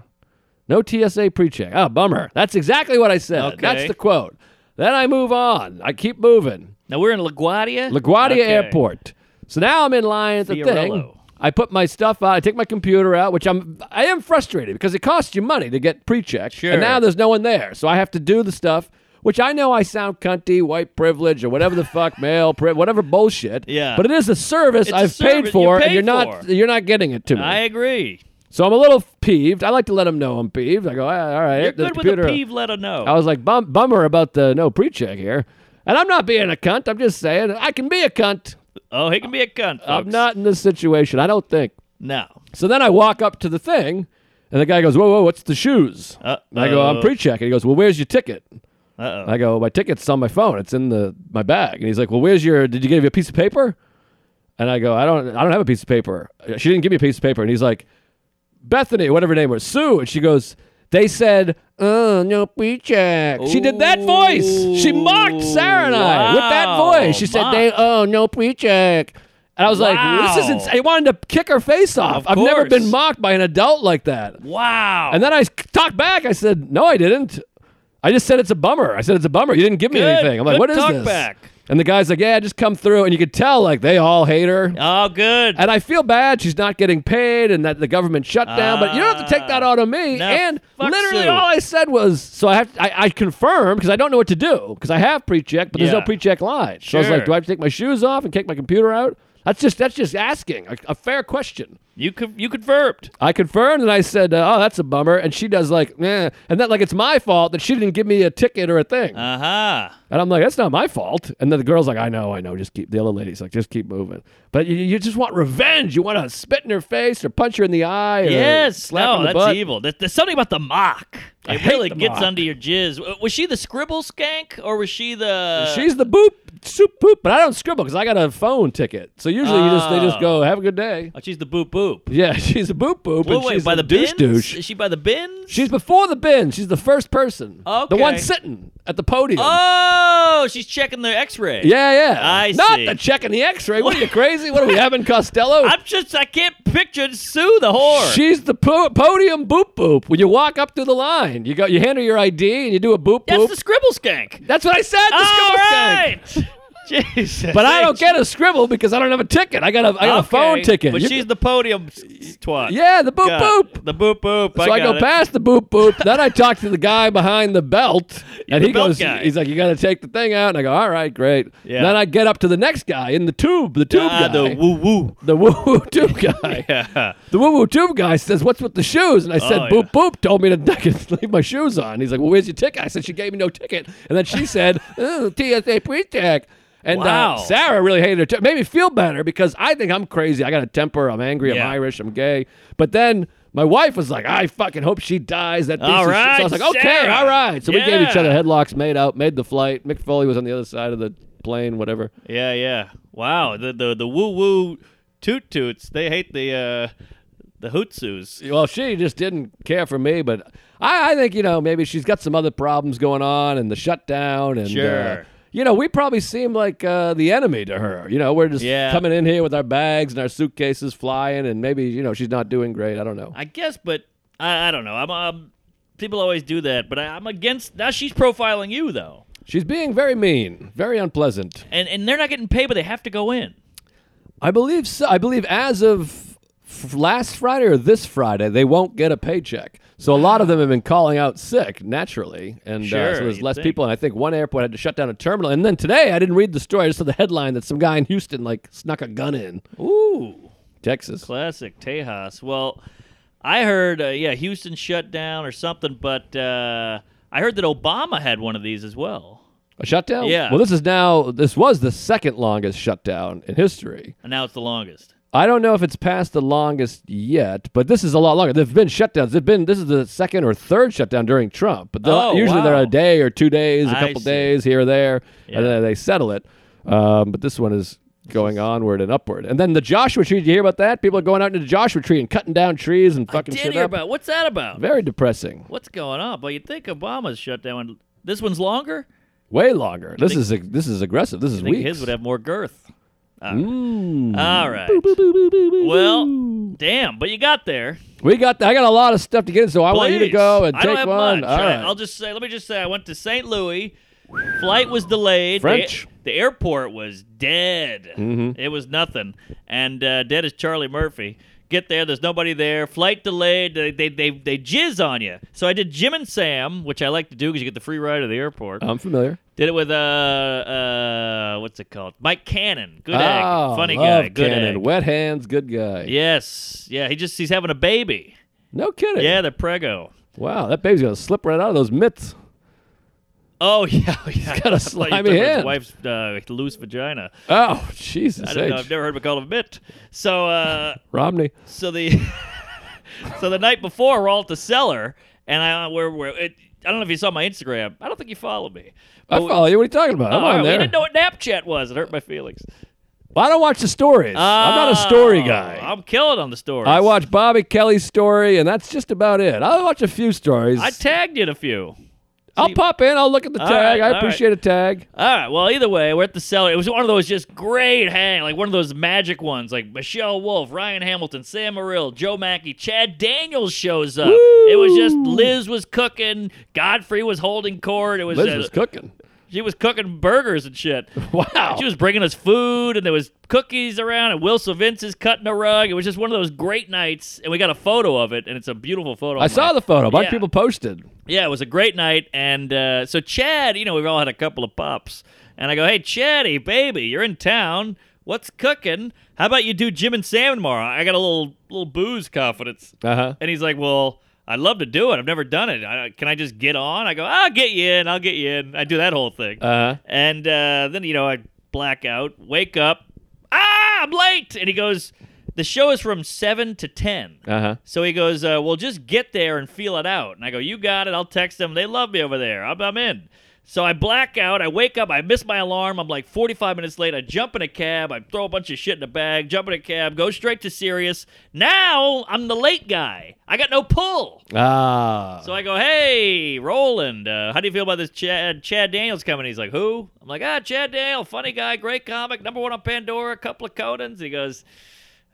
Speaker 1: No TSA pre-check. Oh, bummer. That's exactly what I said. That's
Speaker 2: Okay.
Speaker 1: the quote. Then I move on. I keep moving.
Speaker 2: Now we're in LaGuardia.
Speaker 1: LaGuardia
Speaker 2: Okay.
Speaker 1: Airport. So now I'm in line at the thing.
Speaker 2: Fiorello.
Speaker 1: I put my stuff out. I take my computer out, which I'm I am frustrated because it costs you money to get pre-check.
Speaker 2: Sure.
Speaker 1: And now there's no one there, so I have to do the stuff. Which I know I sound cunty, white privilege, or whatever the fuck, male, pri- whatever bullshit.
Speaker 2: Yeah.
Speaker 1: But it is a service
Speaker 2: It's a
Speaker 1: I've
Speaker 2: service
Speaker 1: paid for,
Speaker 2: you
Speaker 1: and
Speaker 2: paid
Speaker 1: you're not
Speaker 2: for.
Speaker 1: you're not getting it to me.
Speaker 2: I agree.
Speaker 1: so I'm a little peeved. I like to let them know I'm peeved. I go, "Ah, all right,
Speaker 2: You're
Speaker 1: the
Speaker 2: good with
Speaker 1: computer.
Speaker 2: a peeve. Let her know.
Speaker 1: I was like, Bum- bummer about the no pre-check here. And I'm not being a cunt. I'm just saying I can be a cunt.
Speaker 2: oh, he can be a cunt.
Speaker 1: I'm
Speaker 2: folks.
Speaker 1: not in this situation. I don't think.
Speaker 2: No.
Speaker 1: So then I walk up to the thing, and the guy goes, "Whoa, whoa, what's the shoes?"
Speaker 2: Uh,
Speaker 1: and I go, "I'm pre-checking." He goes, "Well, where's your ticket?"
Speaker 2: Uh-oh.
Speaker 1: And I go, "My ticket's on my phone. It's in the my bag." And he's like, "Well, where's your? Did you give you a piece of paper?" And I go, "I don't. I don't have a piece of paper. She didn't give me a piece of paper." And he's like, "Bethany, whatever her name was, Sue." And she goes, "They said." Oh, no pre-check. She did that voice. She mocked Sarah and I with that
Speaker 2: Wow.
Speaker 1: voice. She said,
Speaker 2: Mocked.
Speaker 1: "They oh no pre-check," and I was like, "This is
Speaker 2: Wow.
Speaker 1: insane." I wanted to kick her face off.
Speaker 2: Of
Speaker 1: I've never
Speaker 2: course.
Speaker 1: been mocked by an adult like that.
Speaker 2: Wow.
Speaker 1: And then I talked back. I said, "No, I didn't." I just said it's a bummer. I said it's a bummer. You didn't give me
Speaker 2: Good.
Speaker 1: anything. I'm like,
Speaker 2: Good
Speaker 1: what is
Speaker 2: talk
Speaker 1: this?
Speaker 2: back.
Speaker 1: And the guy's like, yeah, just come through. And you could tell like they all hate her.
Speaker 2: Oh, good.
Speaker 1: And I feel bad she's not getting paid and that the government shut down, but you don't have to take that out on me.
Speaker 2: No,
Speaker 1: and
Speaker 2: Ah. fuck
Speaker 1: literally
Speaker 2: Sue.
Speaker 1: all I said was, so I have I, I confirmed because I don't know what to do because I have pre-check, but there's no
Speaker 2: Yeah.
Speaker 1: pre-check line. So I was
Speaker 2: Sure.
Speaker 1: like, do I have to take my shoes off and kick my computer out? That's just that's just asking a, a fair question.
Speaker 2: You co- you confirmed.
Speaker 1: I confirmed and I said, uh, oh, that's a bummer. And she does like, eh. and that like it's my fault that she didn't give me a ticket or a thing.
Speaker 2: Uh huh.
Speaker 1: And I'm like, that's not my fault. And then the girl's like, I know, I know. Just keep the other lady's like, just keep moving. But you, you just want revenge. You want to spit in her face or punch her in the eye. Or
Speaker 2: Yes.
Speaker 1: slap her
Speaker 2: No,
Speaker 1: in the
Speaker 2: that's
Speaker 1: butt.
Speaker 2: evil. There- There's something about the mock. It
Speaker 1: I hate
Speaker 2: really
Speaker 1: the
Speaker 2: gets
Speaker 1: mock.
Speaker 2: under your jizz. W- Was she the scribble skank or was she the?
Speaker 1: She's the boop soup poop, but I don't scribble because I got a phone ticket. So usually you just they just
Speaker 2: Oh.
Speaker 1: go have a good day.
Speaker 2: Oh, she's the boop boop.
Speaker 1: Yeah, she's a boop boop
Speaker 2: Wait,
Speaker 1: and
Speaker 2: wait,
Speaker 1: she's
Speaker 2: by
Speaker 1: a
Speaker 2: the
Speaker 1: douche
Speaker 2: bins?
Speaker 1: douche.
Speaker 2: Is she by the bins?
Speaker 1: She's before the bin. She's the first person. The one
Speaker 2: Okay.
Speaker 1: sitting at the podium.
Speaker 2: Oh, she's checking the X-ray.
Speaker 1: Yeah, yeah.
Speaker 2: I
Speaker 1: Not
Speaker 2: see.
Speaker 1: the check and the X-ray. What are you crazy? What are we having, Costello?
Speaker 2: I'm just I can't picture Sue the whore.
Speaker 1: She's the po- podium boop boop. When you walk up through the line, you go, you hand her your ID, and you do a boop
Speaker 2: That's
Speaker 1: boop.
Speaker 2: the scribble skank.
Speaker 1: That's what I said. The
Speaker 2: All
Speaker 1: scribble skank.
Speaker 2: right. Jesus.
Speaker 1: But I don't
Speaker 2: Thanks.
Speaker 1: get a scribble because I don't have a ticket. I got a I got a
Speaker 2: Okay,
Speaker 1: phone ticket.
Speaker 2: But
Speaker 1: You-
Speaker 2: she's the podium s- s- twat.
Speaker 1: yeah, the boop
Speaker 2: Got
Speaker 1: boop.
Speaker 2: it. The boop boop.
Speaker 1: So I,
Speaker 2: got
Speaker 1: go
Speaker 2: it.
Speaker 1: past the boop boop. then I talk to the guy behind the belt, and
Speaker 2: The
Speaker 1: he
Speaker 2: belt
Speaker 1: goes,
Speaker 2: guy.
Speaker 1: he's like, "You got to take the thing out." And I go, "All right, great."
Speaker 2: Yeah.
Speaker 1: Then I get up to the next guy in the tube, the tube guy,
Speaker 2: Ah, the woo woo.
Speaker 1: the woo woo tube guy.
Speaker 2: Yeah.
Speaker 1: The woo woo tube guy says, What's with the shoes? And I said,
Speaker 2: Oh, yeah.
Speaker 1: Boop boop told me to leave my shoes on. He's like, Well, where's your ticket? I said, She gave me no ticket. And then she said, "Oh, TSA pre check. And
Speaker 2: Wow.
Speaker 1: uh, Sarah really hated her. T- made me feel better because I think I'm crazy. I got a temper. I'm angry. I'm
Speaker 2: Yeah.
Speaker 1: Irish. I'm gay. But then my wife was like, I fucking hope she dies. That piece
Speaker 2: All
Speaker 1: of shit. So I
Speaker 2: right,
Speaker 1: was like, okay,
Speaker 2: Sarah.
Speaker 1: all right. So we gave each
Speaker 2: Yeah.
Speaker 1: other headlocks, made out, made the flight. Mick Foley was on the other side of the plane, whatever.
Speaker 2: Yeah, yeah. Wow. The the the woo woo toot toots. They hate the uh the hootsoos.
Speaker 1: Well, she just didn't care for me, but I, I think you know maybe she's got some other problems going on and the shutdown and uh,
Speaker 2: Sure.
Speaker 1: you know we probably seem like uh, the enemy to her. You know we're just
Speaker 2: Yeah.
Speaker 1: coming in here with our bags and our suitcases flying, and maybe you know she's not doing great. I don't know.
Speaker 2: I guess, but I, I don't know. I'm um, people always do that, but I, I'm against. Now she's profiling you though,
Speaker 1: She's being very mean, very unpleasant.
Speaker 2: and and they're not getting paid, but they have to go in.
Speaker 1: I believe so. I believe as of f- last Friday or this Friday, they won't get a paycheck. So a lot of them have been calling out sick naturally, and uh,
Speaker 2: Sure,
Speaker 1: so there's
Speaker 2: you'd
Speaker 1: less
Speaker 2: think.
Speaker 1: people. And I think one airport had to shut down a terminal. And then today, I didn't read the story. I just saw the headline that some guy in Houston like snuck a gun in
Speaker 2: Ooh,
Speaker 1: Texas.
Speaker 2: classic Tejas. Well, I heard, uh, yeah, Houston shut down or something, but uh, I heard that Obama had one of these as well.
Speaker 1: A shutdown.
Speaker 2: Yeah.
Speaker 1: Well, this is now. This was the second longest shutdown in history.
Speaker 2: And now it's the longest.
Speaker 1: I don't know if it's past the longest yet, but this is a lot longer. There've been shutdowns. There've been this is the second or third shutdown during Trump, but the-
Speaker 2: Oh,
Speaker 1: usually they're a
Speaker 2: wow.
Speaker 1: day or two days, a
Speaker 2: I
Speaker 1: couple
Speaker 2: see.
Speaker 1: days here or there,
Speaker 2: Yeah.
Speaker 1: and then they settle it. Um, but this one is going onward and upward. And then the Joshua Tree. Did you hear about that? People are going out into the Joshua Tree and cutting down trees and fucking
Speaker 2: Did
Speaker 1: shit
Speaker 2: hear
Speaker 1: up.
Speaker 2: about what's that about?
Speaker 1: Very depressing.
Speaker 2: What's going on? But you'd think Obama's shut down. This one's longer.
Speaker 1: Way longer. This is ag- this is aggressive. This is
Speaker 2: I think
Speaker 1: weak.
Speaker 2: his would have more girth.
Speaker 1: Mm.
Speaker 2: All right. Well, damn, but you got there.
Speaker 1: we got. I got a lot of stuff to get in, so I want you to
Speaker 2: Please.
Speaker 1: go and
Speaker 2: I
Speaker 1: take
Speaker 2: don't have
Speaker 1: one.
Speaker 2: Much.
Speaker 1: All
Speaker 2: I,
Speaker 1: right.
Speaker 2: will just say, let me just say, I went to St. Louis. Flight was delayed.
Speaker 1: French. Mm-hmm.
Speaker 2: The, the airport was dead. It was nothing. And uh, dead as Charlie Murphy. Get there, there's nobody there. Flight delayed. They they they, they jizz on you. So I did Jim and Sam, which I like to do because you get the free ride to the airport.
Speaker 1: I'm familiar.
Speaker 2: Did it with uh uh what's it called? Mike Cannon. Good
Speaker 1: Oh,
Speaker 2: egg. Funny
Speaker 1: love
Speaker 2: guy. Good
Speaker 1: Cannon.
Speaker 2: egg.
Speaker 1: Wet hands, good guy.
Speaker 2: Yes. Yeah, he just he's having a baby.
Speaker 1: No kidding.
Speaker 2: Yeah, the prego.
Speaker 1: Wow, that baby's gonna slip right out of those mitts.
Speaker 2: Oh yeah, yeah. He's
Speaker 1: got a slimy hand.
Speaker 2: His wife's uh, loose vagina.
Speaker 1: Oh, Jesus
Speaker 2: I don't
Speaker 1: H.
Speaker 2: know. I've never heard it called a bit. So uh,
Speaker 1: Romney.
Speaker 2: so the so the night before we're all at the cellar, and I uh, we're, we're it, I don't know if you saw my Instagram. I don't think you followed me.
Speaker 1: I
Speaker 2: But we-
Speaker 1: follow you. What are you talking about?
Speaker 2: Oh,
Speaker 1: I'm
Speaker 2: all
Speaker 1: on
Speaker 2: right, well,
Speaker 1: there.
Speaker 2: You didn't know what Snapchat was. It hurt my feelings.
Speaker 1: Well, I don't watch the stories. I'm not a story
Speaker 2: Oh,
Speaker 1: guy.
Speaker 2: I'm killing on the stories.
Speaker 1: I watch Bobby Kelly's story, and that's just about it. I watch a few stories.
Speaker 2: I tagged you in a few.
Speaker 1: I'll pop in. I'll look at the
Speaker 2: All
Speaker 1: tag.
Speaker 2: right, all
Speaker 1: I
Speaker 2: right.
Speaker 1: appreciate a tag.
Speaker 2: All right. Well, either way, we're at the cellar. It was one of those just great hang, like one of those magic ones, like Michelle Wolf, Ryan Hamilton, Sam Morrill, Joe Mackey, Chad Daniels shows up. It was just Liz was cooking, Godfrey was holding court. It was,
Speaker 1: Liz
Speaker 2: uh,
Speaker 1: was cooking.
Speaker 2: she was cooking burgers and shit.
Speaker 1: Wow.
Speaker 2: She was bringing us food, and there was cookies around, and Wilson Vince is cutting a rug. It was just one of those great nights, and we got a photo of it, and it's a beautiful photo.
Speaker 1: I saw the photo. A bunch
Speaker 2: Yeah.
Speaker 1: of people posted.
Speaker 2: Yeah, it was a great night. And uh, so, Chad, you know, we've all had a couple of pops. And I go, hey, Chaddy, baby, you're in town. What's cooking? How about you do Jim and Sam tomorrow? I got a little little booze confidence.
Speaker 1: Uh huh.
Speaker 2: And he's like, well, I'd love to do it. I've never done it. I, can I just get on? I go, I'll get you in. I'll get you in. I do that whole thing.
Speaker 1: Uh huh.
Speaker 2: And uh, then, you know, I black out, wake up. Ah, I'm late. And he goes, the show is from 7 to 10.
Speaker 1: Uh huh.
Speaker 2: So he goes, uh, well, just get there and feel it out. And I go, you got it. I'll text them. They love me over there. I'm, I'm in. So I black out. I wake up. I miss my alarm. I'm like 45 minutes late. I jump in a cab. I throw a bunch of shit in a bag, jump in a cab, go straight to Sirius. Now I'm the late guy. I got no pull.
Speaker 1: Ah.
Speaker 2: So I go, hey, Roland, uh, how do you feel about this Chad Chad Daniels coming? He's like, who? I'm like, ah, Chad Daniel, funny guy, great comic, number one on Pandora, a couple of Conans. He goes,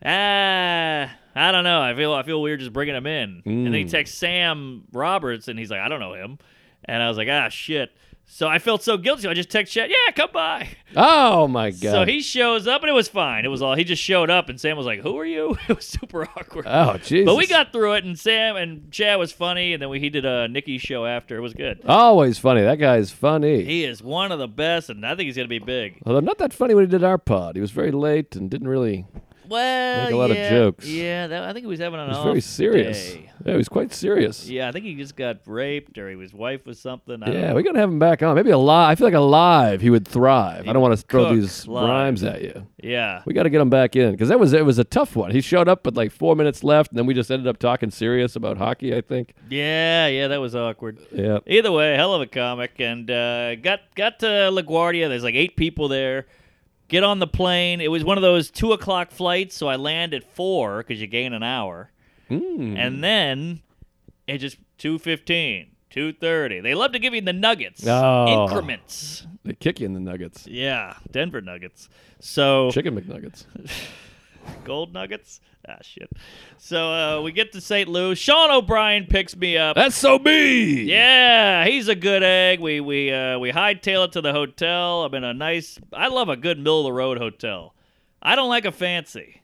Speaker 2: ah, I don't know. I feel I feel weird just bringing him in. And then he texts Sam Roberts, and he's like, I don't know him. And I was like, ah, shit. So I felt so guilty. I just text Chad, yeah, come by.
Speaker 1: oh my god.
Speaker 2: So he shows up, and it was fine. It was all he just showed up, and Sam was like, who are you? It was super awkward.
Speaker 1: Oh Jesus.
Speaker 2: But we got through it, and Sam and Chad was funny, and then we he did a Nikki show after. It was good.
Speaker 1: always funny. That guy is funny.
Speaker 2: He is one of the best, and I think he's gonna be big.
Speaker 1: Although not that funny when he did our pod. He was very late and didn't really.
Speaker 2: Well,
Speaker 1: Make a lot of
Speaker 2: yeah,
Speaker 1: jokes.
Speaker 2: Yeah, that, I think he was having an.
Speaker 1: He was
Speaker 2: off
Speaker 1: very serious.
Speaker 2: day.
Speaker 1: Yeah, he was quite serious.
Speaker 2: Yeah, I think he just got raped, or his wife was something. I don't
Speaker 1: Yeah,
Speaker 2: know.
Speaker 1: we gotta have him back on. Maybe alive. I feel like alive he would thrive. I don't want to throw
Speaker 2: cook
Speaker 1: these
Speaker 2: live.
Speaker 1: rhymes at you.
Speaker 2: yeah.
Speaker 1: We got to get him back in because that was it was a tough one. He showed up with like four minutes left, and then we just ended up talking serious about hockey. I think.
Speaker 2: yeah, yeah, that was awkward.
Speaker 1: Yeah.
Speaker 2: Either way, hell of a comic, and uh, got got to LaGuardia. There's like eight people there. Get on the plane. It was one of those two o'clock flights, so I land at four because you gain an hour.
Speaker 1: Mm.
Speaker 2: and then it just 215 230 they love to give you the nuggets
Speaker 1: Oh.
Speaker 2: increments
Speaker 1: They kick you in the nuggets.
Speaker 2: yeah denver nuggets so
Speaker 1: Chicken McNuggets.
Speaker 2: gold nuggets ah shit so uh, we get to st louis sean o'brien picks me up
Speaker 1: That's so me.
Speaker 2: yeah, he's a good egg. We we uh, we hightail it to the hotel. I'm in a nice. I love a good middle of the road hotel. I don't like a fancy.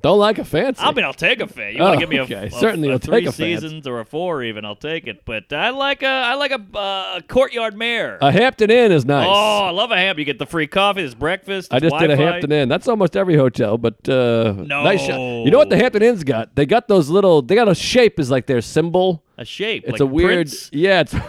Speaker 1: Don't like a fancy.
Speaker 2: I mean, I'll take a fan. You want
Speaker 1: Oh,
Speaker 2: to give me a,
Speaker 1: okay.
Speaker 2: a-
Speaker 1: Certainly
Speaker 2: a
Speaker 1: I'll
Speaker 2: three
Speaker 1: take a fan.
Speaker 2: seasons or a four even? I'll take it. But I like a I like a, uh, a courtyard mare.
Speaker 1: a Hampton Inn is Oh, nice.
Speaker 2: Oh, I love a ham. You get the free coffee, there's breakfast.
Speaker 1: I
Speaker 2: there's
Speaker 1: just did a
Speaker 2: Wi-Fi.
Speaker 1: Hampton Inn. That's almost every hotel, but uh,
Speaker 2: No.
Speaker 1: nice shot. You know what the Hampton Inn's got? They got those little. They got a shape is like their symbol.
Speaker 2: A shape.
Speaker 1: It's
Speaker 2: like
Speaker 1: a weird.
Speaker 2: Prince.
Speaker 1: Yeah, it's.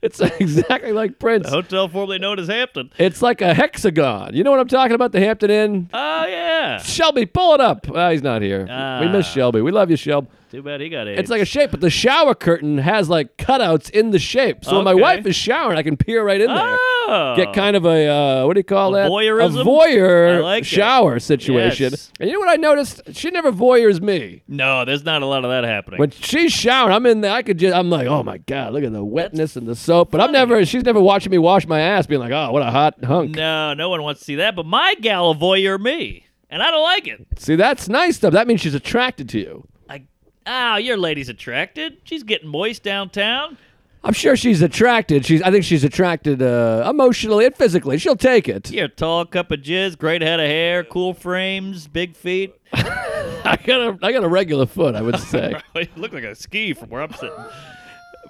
Speaker 1: it's exactly like Prince.
Speaker 2: The hotel formerly known as Hampton.
Speaker 1: It's like a hexagon. You know what I'm talking about? The Hampton Inn.
Speaker 2: Oh yeah.
Speaker 1: Shelby, pull it up. Ah, he's not here. we miss
Speaker 2: Ah.
Speaker 1: Shelby. We love you, Shelby.
Speaker 2: Too bad he got AIDS.
Speaker 1: It's like a shape, but the shower curtain has like cutouts in the shape. So when my
Speaker 2: Okay.
Speaker 1: wife is showering, I can peer right in there.
Speaker 2: oh.
Speaker 1: Get kind of a uh, what do you call
Speaker 2: A
Speaker 1: that?
Speaker 2: voyeurism?
Speaker 1: A voyeur
Speaker 2: I like it.
Speaker 1: shower situation.
Speaker 2: Yes.
Speaker 1: And you know what I noticed? She never voyeurs me.
Speaker 2: No, there's not a lot of that happening.
Speaker 1: When she's showering, I'm in there. I could just. I'm like, oh my god, look at the wetness and the soap. But I'm
Speaker 2: funny.
Speaker 1: never. She's never watching me wash my ass, being like, oh, what a hot hunk.
Speaker 2: no, no one wants to see that. But my gal will voyeur me, and I don't like it.
Speaker 1: See, that's nice stuff. That means she's attracted to you.
Speaker 2: I ah, your lady's attracted. She's getting moist downtown.
Speaker 1: I'm sure she's attracted. She's. I think she's attracted uh, emotionally and physically. She'll take it.
Speaker 2: You're a tall cup of jizz, great head of hair, cool frames, big feet.
Speaker 1: I got a. I got a regular foot. I would say.
Speaker 2: you look like a ski from where I'm sitting.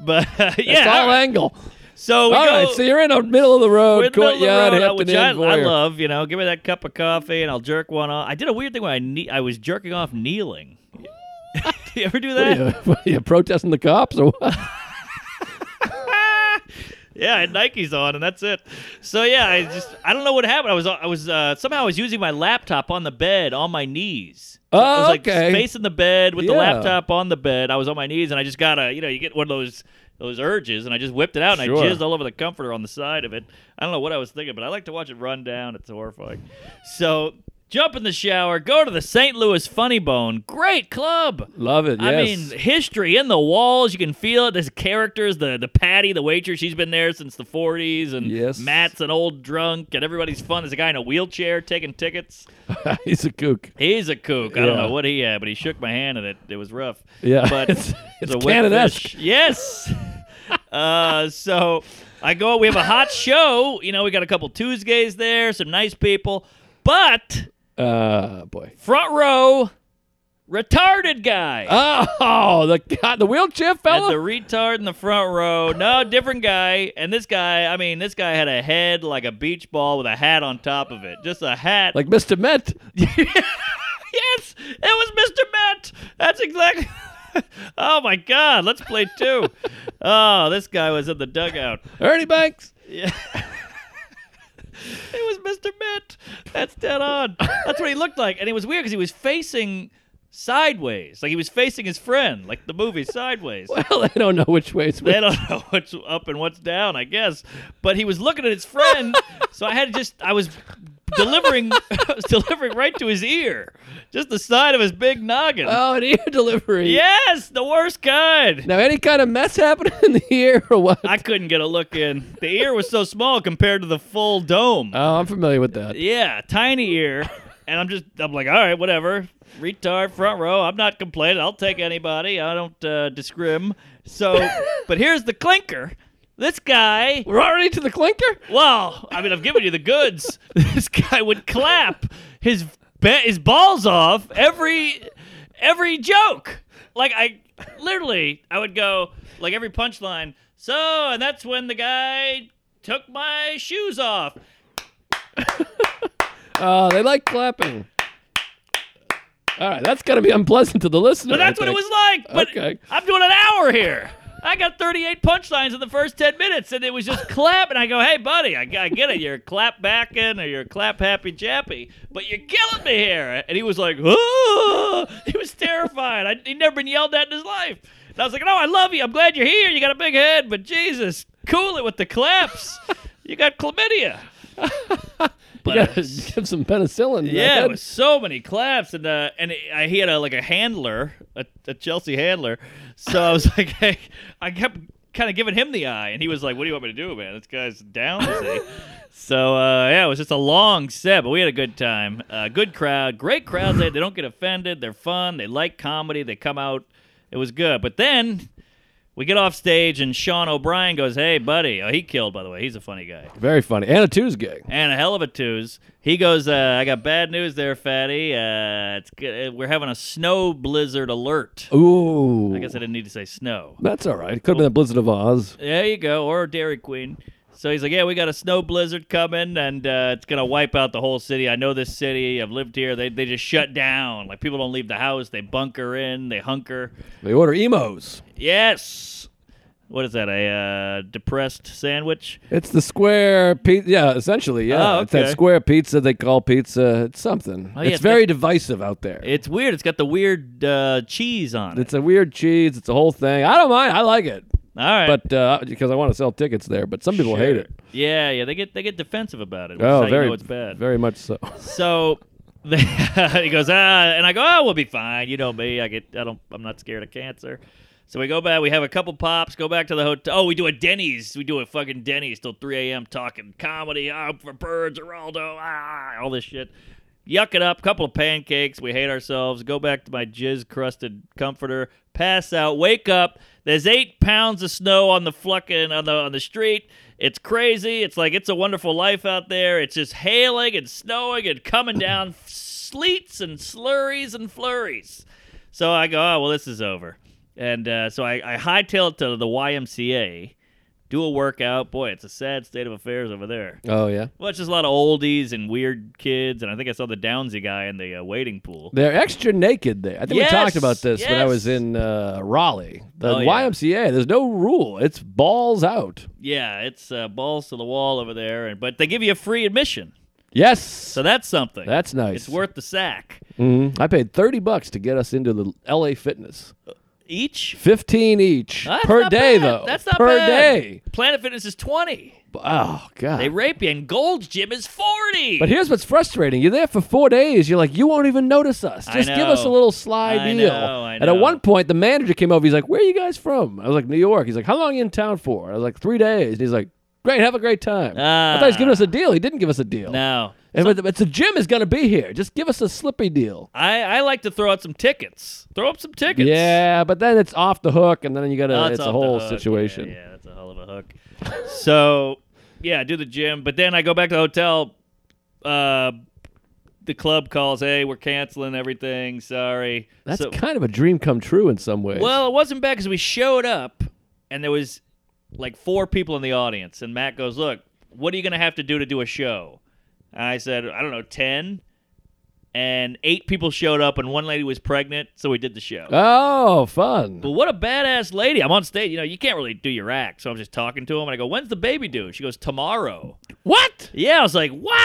Speaker 2: But yeah,
Speaker 1: It's all
Speaker 2: all right.
Speaker 1: angle.
Speaker 2: so we
Speaker 1: all
Speaker 2: go.
Speaker 1: right, so you're in a middle of the road
Speaker 2: we're in the middle of the
Speaker 1: courtyard,
Speaker 2: road, uh,
Speaker 1: Hampton
Speaker 2: which
Speaker 1: Inn
Speaker 2: I, I
Speaker 1: voyeur.
Speaker 2: love. You know, give me that cup of coffee and I'll jerk one off. I did a weird thing when I kne- I was jerking off kneeling. Do you ever do
Speaker 1: What
Speaker 2: that?
Speaker 1: are you, what are you protesting the cops or what?
Speaker 2: Yeah, I had Nikes on, and that's it. So yeah, I just I don't know what happened. I was I was uh, somehow I was using my laptop on the bed on my knees. So I
Speaker 1: Oh,
Speaker 2: was like
Speaker 1: okay.
Speaker 2: facing the bed with the
Speaker 1: Yeah.
Speaker 2: laptop on the bed. I was on my knees, and I just got a you know you get one of those those urges, and I just whipped it out and
Speaker 1: Sure.
Speaker 2: I jizzed all over the comforter on the side of it. I don't know what I was thinking, but I like to watch it run down. It's horrifying. So Jump in the shower. Go to the St. Louis Funny Bone. Great club.
Speaker 1: Love it. Yes.
Speaker 2: I mean, history in the walls. You can feel it. There's characters. The the Patty, the waitress, she's been there since the 40s. And
Speaker 1: Yes.
Speaker 2: Matt's an old drunk, and everybody's fun. There's a guy in a wheelchair taking tickets.
Speaker 1: he's a kook.
Speaker 2: He's a kook. I don't
Speaker 1: Yeah.
Speaker 2: know what he had, but he shook my hand and it, it was rough.
Speaker 1: Yeah.
Speaker 2: But
Speaker 1: It's-
Speaker 2: it was
Speaker 1: it's
Speaker 2: a wet
Speaker 1: Canada-esque.
Speaker 2: fish. Yes. uh, so I go, we have a hot show. You know, we got a couple Tuesdays there, some nice people. But
Speaker 1: Uh, boy.
Speaker 2: front row, retarded guy.
Speaker 1: Oh, the God, the wheelchair
Speaker 2: Had the
Speaker 1: fella.
Speaker 2: retard in the front row. No, different guy. And this guy, I mean, this guy had a head like a beach ball with a hat on top of it. Just a hat.
Speaker 1: Like Mr. Met.
Speaker 2: yes, it was Mr. Matt. That's exactly. oh my God, let's play two. oh, this guy was in the dugout.
Speaker 1: Ernie Banks.
Speaker 2: It was Mr. Matt. That's dead on. That's what he looked like, and it was weird because he was facing sideways, like he was facing his friend, like the movie Sideways.
Speaker 1: Well, I don't know which way it's.
Speaker 2: They don't know what's up and what's down, I guess. But he was looking at his friend, so I had to just I was delivering I was delivering right to his ear. Just the side of his big noggin.
Speaker 1: Oh, an ear delivery.
Speaker 2: Yes, the worst kind.
Speaker 1: Now, any kind of mess happening in the ear or what?
Speaker 2: I couldn't get a look in. The ear was so small compared to the full dome.
Speaker 1: Oh, I'm familiar with that.
Speaker 2: yeah, tiny ear. And I'm just, I'm like, all right, whatever. Retard, front row. I'm not complaining. I'll take anybody. I don't uh, discrim. So, but here's the clinker. This guy
Speaker 1: We're already to the clinker.
Speaker 2: Well, I mean, I've given you the goods. this guy would clap his ba- his balls off every every joke. Like I literally, I would go like every punchline. So, and that's when the guy took my shoes off.
Speaker 1: Oh, they like clapping. All right, that's gotta be unpleasant to the listener.
Speaker 2: But that's
Speaker 1: I
Speaker 2: what it
Speaker 1: think.
Speaker 2: was like. But
Speaker 1: Okay.
Speaker 2: I'm doing an hour here. I got 38 punchlines in the first 10 minutes, and it was just clap. And I go, hey, buddy, I, I get it. You're clap backing or you're clap happy jappy, but you're killing me here. And he was like, oh, he was terrified. I, he'd never been yelled at in his life. And I was like, no, I love you. I'm glad you're here. You got a big head, but Jesus, cool it with the claps. you got chlamydia. But
Speaker 1: You
Speaker 2: uh,
Speaker 1: gotta give some penicillin.
Speaker 2: yeah,
Speaker 1: man.
Speaker 2: it was so many claps, and uh, and I, he had a, like a handler, a, a Chelsea handler. So I was like, hey, I kept kind of giving him the eye, and he was like, "What do you want me to do, man? This guy's down." is he?" so uh, yeah, it was just a long set, but we had a good time. Uh, good crowd, great crowd. They they don't get offended. They're fun. They like comedy. They come out. It was good, but then. We get off stage and Sean O'Brien goes, "Hey, buddy! Oh, he killed, by the way. He's a funny guy
Speaker 1: very funny. And a Tuesday.
Speaker 2: and a hell of a twos. He goes, uh, I got bad news there, fatty. Uh, it's good. We're having a snow blizzard alert.
Speaker 1: Ooh,
Speaker 2: I guess I didn't need to say snow.
Speaker 1: that's all right. Could have been a Blizzard of Oz.
Speaker 2: There you go, or Dairy Queen. So he's like, yeah, we got a snow blizzard coming, and uh, it's gonna wipe out the whole city. I know this city. I've lived here. They they just shut down. Like people don't leave the house. They bunker in. They hunker.
Speaker 1: They order emos.
Speaker 2: Yes. What is that? A uh, depressed sandwich?
Speaker 1: It's the square pizza. Yeah, essentially. Yeah,
Speaker 2: Oh,
Speaker 1: it's that
Speaker 2: okay.
Speaker 1: square pizza they call pizza. It's something.
Speaker 2: Oh, yeah,
Speaker 1: it's,
Speaker 2: it's
Speaker 1: very divisive out there.
Speaker 2: It's weird. It's got the weird uh, cheese on it.
Speaker 1: it's a weird cheese. It's a whole thing. I don't mind. I like it,
Speaker 2: All right.
Speaker 1: but uh, because I want to sell tickets there. But some people hate
Speaker 2: Sure.
Speaker 1: it.
Speaker 2: Yeah, yeah, they get they get defensive about it. Which
Speaker 1: Oh,
Speaker 2: is how
Speaker 1: very,
Speaker 2: you know it's bad.
Speaker 1: very much so.
Speaker 2: so they, he goes, ah, and I go, oh, we'll be fine. You know me, I get, I don't, I'm not scared of cancer. So we go back. We have a couple pops. Go back to the hotel. Oh, we do a Denny's. We do a fucking Denny's till 3 a.m. talking comedy. Ah, for birds, Geraldo, ah, all this shit. Yuck it up. Couple of pancakes. We hate ourselves. Go back to my jizz crusted comforter. Pass out. Wake up. There's eight pounds of snow on the flucking on the on the street. It's crazy. It's like it's a wonderful life out there. It's just hailing and snowing and coming down sleets and slurries and flurries. So I go, oh well, this is over. And uh, so I, I hightail it to the YMCA, do a workout. Boy, it's a sad state of affairs over there.
Speaker 1: Oh yeah,
Speaker 2: Well, it's just a lot of oldies and weird kids, and I think I saw the Downsy guy in the uh, wading pool.
Speaker 1: they're extra naked there. I think
Speaker 2: Yes,
Speaker 1: we talked about this when I was
Speaker 2: yes.
Speaker 1: in uh, Raleigh. The
Speaker 2: Oh, yeah.
Speaker 1: YMCA. There's no rule. It's balls out.
Speaker 2: Yeah, it's uh, balls to the wall over there, and but they give you a free admission,
Speaker 1: Yes.
Speaker 2: so that's something.
Speaker 1: That's nice.
Speaker 2: It's worth the sack Mm-hmm.
Speaker 1: Mhm. I paid thirty bucks to get us into the L.A. Fitness.
Speaker 2: each
Speaker 1: Fifteen each
Speaker 2: That's
Speaker 1: per
Speaker 2: not
Speaker 1: day,
Speaker 2: bad.
Speaker 1: though.
Speaker 2: That's not
Speaker 1: per
Speaker 2: bad.
Speaker 1: day.
Speaker 2: Planet Fitness is twenty.
Speaker 1: Oh god.
Speaker 2: They rape you, and Gold's Gym is 40.
Speaker 1: but here's what's frustrating. You're there for four days. You're like, you won't even notice us.
Speaker 2: I
Speaker 1: Just give us a
Speaker 2: know.
Speaker 1: little sly
Speaker 2: I
Speaker 1: deal.
Speaker 2: know, I
Speaker 1: And at
Speaker 2: know.
Speaker 1: one point, the manager came over. He's like, where are you guys from? I was like, New York. He's like, how long you in town for? I was like, three days. And he's like, great, have a great time. I thought he was giving us a deal. He didn't give us a deal.
Speaker 2: no.
Speaker 1: And but, but the gym is going to be here. Just give us a slippy deal.
Speaker 2: I, I like to throw out some tickets. Throw up some tickets.
Speaker 1: Yeah, but then it's off the hook, and then you got to.
Speaker 2: Oh,
Speaker 1: it's, a
Speaker 2: off the
Speaker 1: whole
Speaker 2: hook. Yeah,
Speaker 1: situation.
Speaker 2: Yeah, that's a hell of a hook. so, yeah, I do the gym, but then I go back to the hotel. Uh, the club calls, "Hey, we're canceling everything. Sorry."
Speaker 1: That's
Speaker 2: So-
Speaker 1: kind of a dream come true in some ways.
Speaker 2: well, it wasn't bad because we showed up, and there was like four people in the audience, and Matt goes, "Look, what are you gonna have to do to do a show?" And I said, "I don't know, ten. And eight people showed up, and one lady was pregnant, so we did the show.
Speaker 1: oh, fun.
Speaker 2: But what a badass lady. I'm on stage. You know, you can't really do your act. So I'm just talking to him and I go, When's the baby due? She goes, Tomorrow.
Speaker 1: What?
Speaker 2: Yeah, I was like, What?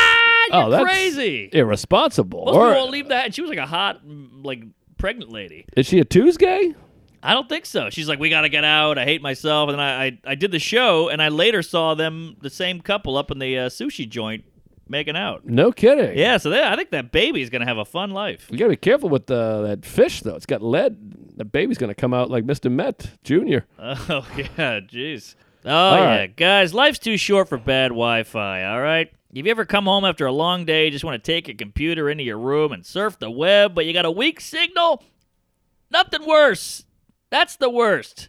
Speaker 2: You're
Speaker 1: Oh, that's
Speaker 2: crazy.
Speaker 1: Irresponsible.
Speaker 2: Most people
Speaker 1: Or-
Speaker 2: won't leave that. And she was like a hot, mm, like, pregnant lady.
Speaker 1: is she a Tuesday?
Speaker 2: I don't think so. She's like, We got to get out. I hate myself. And I, I, I did the show and I later saw them, the same couple up in the uh, sushi joint making out.
Speaker 1: No kidding.
Speaker 2: Yeah, so they, I think that baby's going to have a fun life.
Speaker 1: You gotta be careful with uh, that fish, though. It's got lead. The baby's gonna come out like Mr. Met Jr.
Speaker 2: Oh yeah, jeez. Oh yeah,
Speaker 1: right.
Speaker 2: guys, life's too short for bad Wi-Fi. All right. Have you ever come home after a long day, just want to take your computer into your room and surf the web, but you got a weak signal? Nothing worse. That's the worst.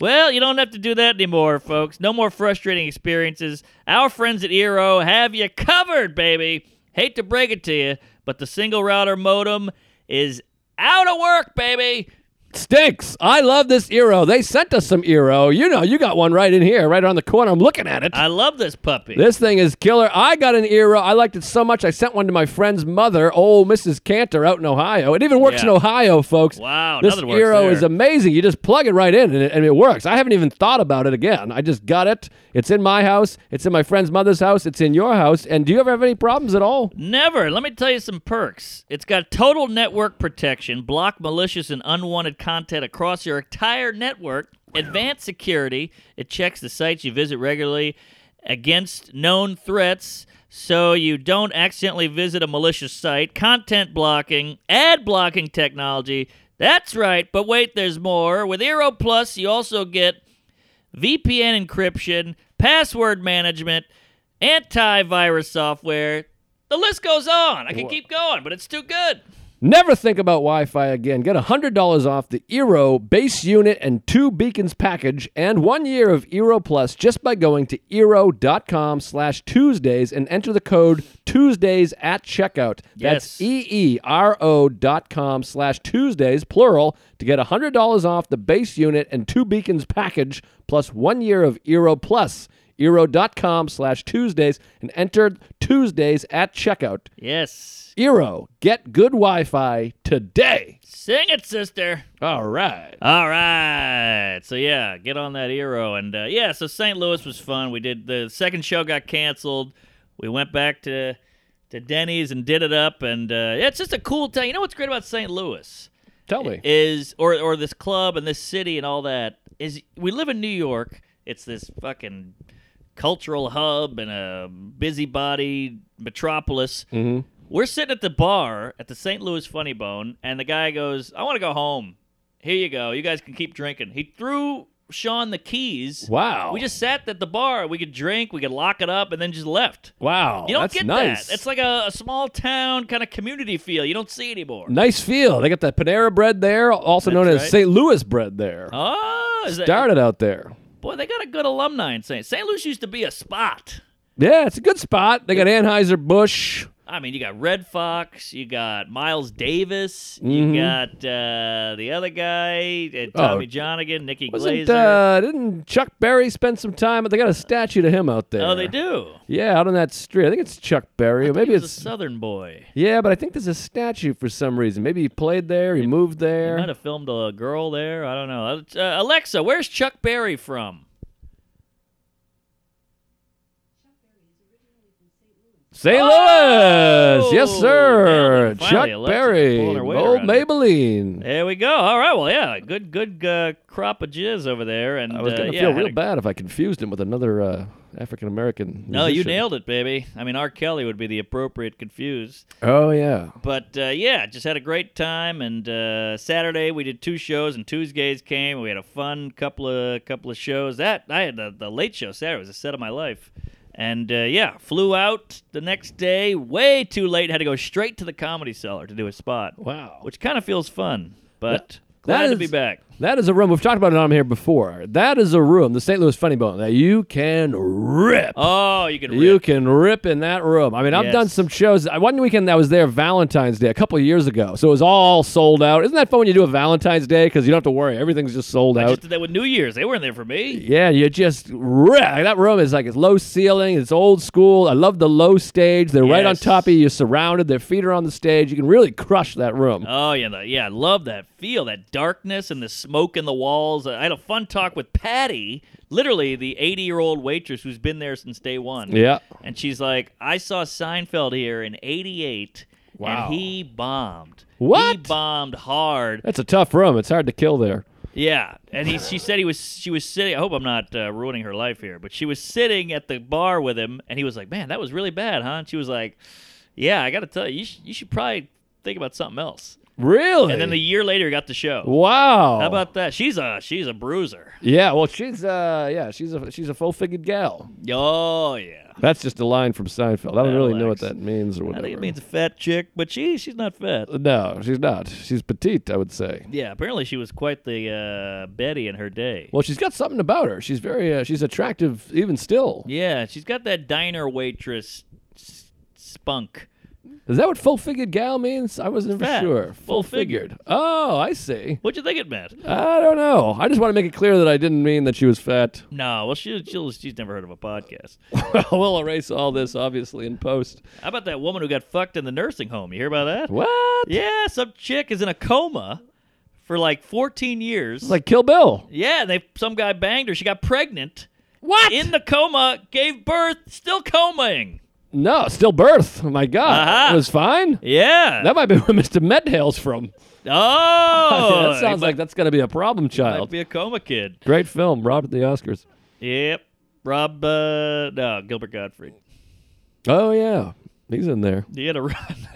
Speaker 2: Well, you don't have to do that anymore, folks. No more frustrating experiences. Our friends at Eero have you covered, baby. Hate to break it to you, but the single router modem is out of work, baby.
Speaker 1: Stinks. I love this Eero. They sent us some Eero. You know, you got one right in here, right around the corner. I'm looking at it.
Speaker 2: I love this puppy.
Speaker 1: This thing is killer. I got an Eero. I liked it so much. I sent one to my friend's mother, old Mrs. Cantor, out in Ohio. It even works
Speaker 2: Yeah.
Speaker 1: in Ohio, folks.
Speaker 2: Wow,
Speaker 1: This
Speaker 2: nothing works
Speaker 1: Eero
Speaker 2: there.
Speaker 1: is amazing. You just plug it right in and it, and it works. I haven't even thought about it again. I just got it. It's in my house. It's in my friend's mother's house. It's in your house. And do you ever have any problems at all?
Speaker 2: Never. Let me tell you some perks. It's got total network protection, block malicious and unwanted content across your entire network, advanced security. It checks the sites you visit regularly against known threats so you don't accidentally visit a malicious site, content blocking, ad blocking technology. That's right, but wait, there's more. With Eero Plus, you also get VPN encryption, password management, antivirus software. The list goes on. I can keep going, but it's too good.
Speaker 1: Never think about Wi Fi again. Get $100 off the Eero base unit and two beacons package and one year of Eero Plus just by going to Eero.com slash Tuesdays and enter the code Tuesdays at checkout. That's
Speaker 2: Yes.
Speaker 1: E E R O dot com slash Tuesdays, plural, to get $100 off the base unit and two beacons package plus one year of Eero Plus. Eero.com slash Tuesdays and enter Tuesdays at checkout.
Speaker 2: Yes.
Speaker 1: Eero, get good Wi Fi today.
Speaker 2: Sing it, sister.
Speaker 1: All right.
Speaker 2: All right. So, yeah, get on that Eero. And, uh, yeah, so St. Louis was fun. We did the second show got canceled. We went back to, to Denny's and did it up. And uh, yeah, it's just a cool town. You know what's great about St. Louis?
Speaker 1: Tell me.
Speaker 2: is or or this club and this city and all that is we live in New York. It's this fucking cultural hub and a busybody metropolis. Mm-hmm. We're sitting at the bar at the St. Louis Funny Bone, and the guy goes, "I want to go home. Here you go. You guys can keep drinking." He threw Sean the keys.
Speaker 1: Wow.
Speaker 2: We just sat at the bar. We could drink. We could lock it up, and then just left.
Speaker 1: wow.
Speaker 2: You don't
Speaker 1: Oh, that's
Speaker 2: get
Speaker 1: nice.
Speaker 2: that. It's like a, a small town kind of community feel. You don't see anymore.
Speaker 1: nice feel. They got that Panera bread there, also known
Speaker 2: That's
Speaker 1: as
Speaker 2: right.
Speaker 1: St. Louis bread there.
Speaker 2: Oh, is that,
Speaker 1: Started out there.
Speaker 2: Boy, they got a good alumni in St. St. Louis used to be a spot.
Speaker 1: Yeah, it's a good spot. They got Anheuser Busch.
Speaker 2: I mean, you got Red Fox, you got Miles Davis, you got
Speaker 1: Mm-hmm.
Speaker 2: uh, the other guy, uh, Tommy Johnigan, Nikki
Speaker 1: Wasn't
Speaker 2: Glazer.
Speaker 1: Oh. uh, didn't Chuck Berry spend some time? They got a statue to him out there.
Speaker 2: oh, they do.
Speaker 1: Yeah, out on that street. I think it's Chuck Berry. Or
Speaker 2: He
Speaker 1: maybe
Speaker 2: was
Speaker 1: it's
Speaker 2: a Southern boy.
Speaker 1: yeah, but I think there's a statue for some reason. Maybe he played there. He moved there.
Speaker 2: Might have filmed a girl there. I don't know. Uh, Alexa, where's Chuck Berry from?
Speaker 1: St.
Speaker 2: Oh!
Speaker 1: Louis, yes sir.
Speaker 2: Nailed it. Oh, Finally,
Speaker 1: Chuck
Speaker 2: Alexa
Speaker 1: Berry,
Speaker 2: pulling her weight
Speaker 1: old
Speaker 2: around it.
Speaker 1: Maybelline.
Speaker 2: There we go. All right. Well, yeah. Good, good uh, crop of jizz over there. And
Speaker 1: I was
Speaker 2: uh,
Speaker 1: gonna
Speaker 2: yeah,
Speaker 1: feel
Speaker 2: had
Speaker 1: real
Speaker 2: a-
Speaker 1: bad if I confused him with another uh, African American.
Speaker 2: No, you nailed it, baby. I mean, R. Kelly would be the appropriate confused.
Speaker 1: Oh yeah.
Speaker 2: But uh, yeah, just had a great time. And uh, Saturday we did two shows, and Tuesdays came. We had a fun couple of couple of shows. That I had the, the late show Saturday was the set of my life. And uh, yeah, flew out the next day, way too late. Had to go straight to the comedy cellar to do a spot,
Speaker 1: Wow.
Speaker 2: which kind of feels fun. But
Speaker 1: that
Speaker 2: glad to
Speaker 1: is-
Speaker 2: be back.
Speaker 1: That is a room. We've talked about it on here before. That is a room, the St. Louis Funny Bone, that you can rip.
Speaker 2: Oh, you can rip.
Speaker 1: You can rip in that room. I mean, I've done
Speaker 2: Yes.
Speaker 1: some shows. I- One weekend I was there, Valentine's Day, a couple of years ago. So it was all sold out. Isn't that fun when you do a Valentine's Day? Because you don't have to worry. Everything's just sold
Speaker 2: I
Speaker 1: out.
Speaker 2: just did that with New Year's. They weren't there for me.
Speaker 1: Yeah, you just rip. That room is like it's low ceiling. It's old school. I love the low stage. They're right on
Speaker 2: Yes.
Speaker 1: top of you. You're surrounded. Their feet are on the stage. You can really crush that room.
Speaker 2: Oh yeah, the, yeah. I love that feel, that darkness and the smoke in the walls. I had a fun talk with Patty, literally the 80 year old waitress who's been there since day one.
Speaker 1: yeah.
Speaker 2: And she's like, I saw Seinfeld here in '88,
Speaker 1: Wow.
Speaker 2: and he bombed. He
Speaker 1: What?
Speaker 2: bombed hard.
Speaker 1: That's a tough room. It's hard to kill there.
Speaker 2: Yeah, and he she said he was she was sitting. I hope I'm not uh, ruining her life here, but she was sitting at the bar with him, and he was like, "Man, that was really bad, huh?" And she was like, "Yeah, I got to tell you, you, sh- you should probably think about something else."
Speaker 1: Really?
Speaker 2: And then a year later, he got the show.
Speaker 1: Wow.
Speaker 2: How about that? She's a she's a bruiser.
Speaker 1: Yeah, well, she's uh, yeah, she's a she's a full-figured gal.
Speaker 2: Oh yeah.
Speaker 1: That's just a line from Seinfeld. I don't really know what
Speaker 2: Alex.
Speaker 1: that means or
Speaker 2: I
Speaker 1: whatever.
Speaker 2: think it means a fat chick, but she she's not fat.
Speaker 1: no, she's not. She's petite, I would say.
Speaker 2: Yeah, apparently she was quite the uh, Betty in her day.
Speaker 1: Well, she's got something about her. She's very uh, she's attractive even still.
Speaker 2: Yeah, she's got that diner waitress s- spunk.
Speaker 1: Is that what full-figured gal means? I wasn't
Speaker 2: Fat.
Speaker 1: sure.
Speaker 2: Full-figured.
Speaker 1: Oh, I see.
Speaker 2: What'd you think it meant?
Speaker 1: I don't know. I just want to make it clear that I didn't mean that she was fat.
Speaker 2: No, well, she, she'll, she's never heard of a podcast.
Speaker 1: we'll erase all this obviously in post.
Speaker 2: How about that woman who got fucked in the nursing home? You hear about that?
Speaker 1: What?
Speaker 2: Yeah, some chick is in a coma for like 14 years.
Speaker 1: It's like Kill Bill.
Speaker 2: yeah, they some guy banged her. She got pregnant
Speaker 1: What?
Speaker 2: in the coma, gave birth, still comaing.
Speaker 1: no, still birth. Oh my god.
Speaker 2: Uh-huh.
Speaker 1: It was fine.
Speaker 2: Yeah.
Speaker 1: That might be where Mr. Med hails from.
Speaker 2: oh,
Speaker 1: that sounds like that's going to be a problem
Speaker 2: might
Speaker 1: child.
Speaker 2: be a coma kid.
Speaker 1: Great film, robbed at the Oscars.
Speaker 2: Yep. Rob, uh, no, Gilbert Gottfried.
Speaker 1: Oh yeah, he's in there.
Speaker 2: You had a run.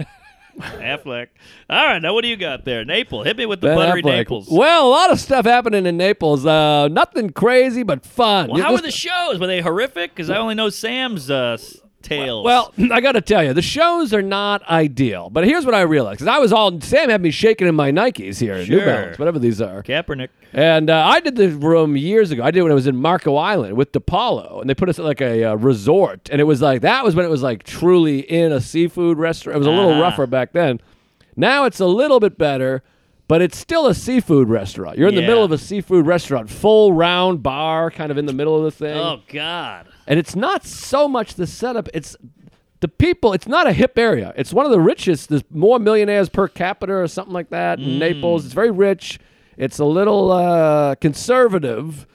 Speaker 2: Affleck. All right, now what do you got there? Naples. Hit me with the
Speaker 1: Ben
Speaker 2: buttery
Speaker 1: Affleck.
Speaker 2: Naples.
Speaker 1: Well, a lot of stuff happening in Naples. Uh, nothing crazy, but fun.
Speaker 2: Well,
Speaker 1: You
Speaker 2: how were
Speaker 1: just-
Speaker 2: the shows? Were they horrific? Because I only know Sam's uh, s- tales.
Speaker 1: Well, I got to tell you, the shows are not ideal. But here's what I realized: 'cause I was all Sam had me shaking in my Nikes here, in New
Speaker 2: Sure.
Speaker 1: Balance, whatever these are.
Speaker 2: Kaepernick.
Speaker 1: And uh, I did the room years ago. I did it when I was in Marco Island with DePaulo, and they put us at like a uh, resort, and it was like that was when it was like truly in a seafood restaurant. It was a little
Speaker 2: Ah.
Speaker 1: rougher back then. Now it's a little bit better, but it's still a seafood restaurant. You're in the
Speaker 2: Yeah.
Speaker 1: middle of a seafood restaurant, full round bar, kind of in the middle of the thing,
Speaker 2: Oh God.
Speaker 1: and it's not so much the setup. It's the people. It's not a hip area. It's one of the richest. There's more millionaires per capita or something like that in
Speaker 2: Mm.
Speaker 1: Naples. It's very rich. It's a little uh, conservative,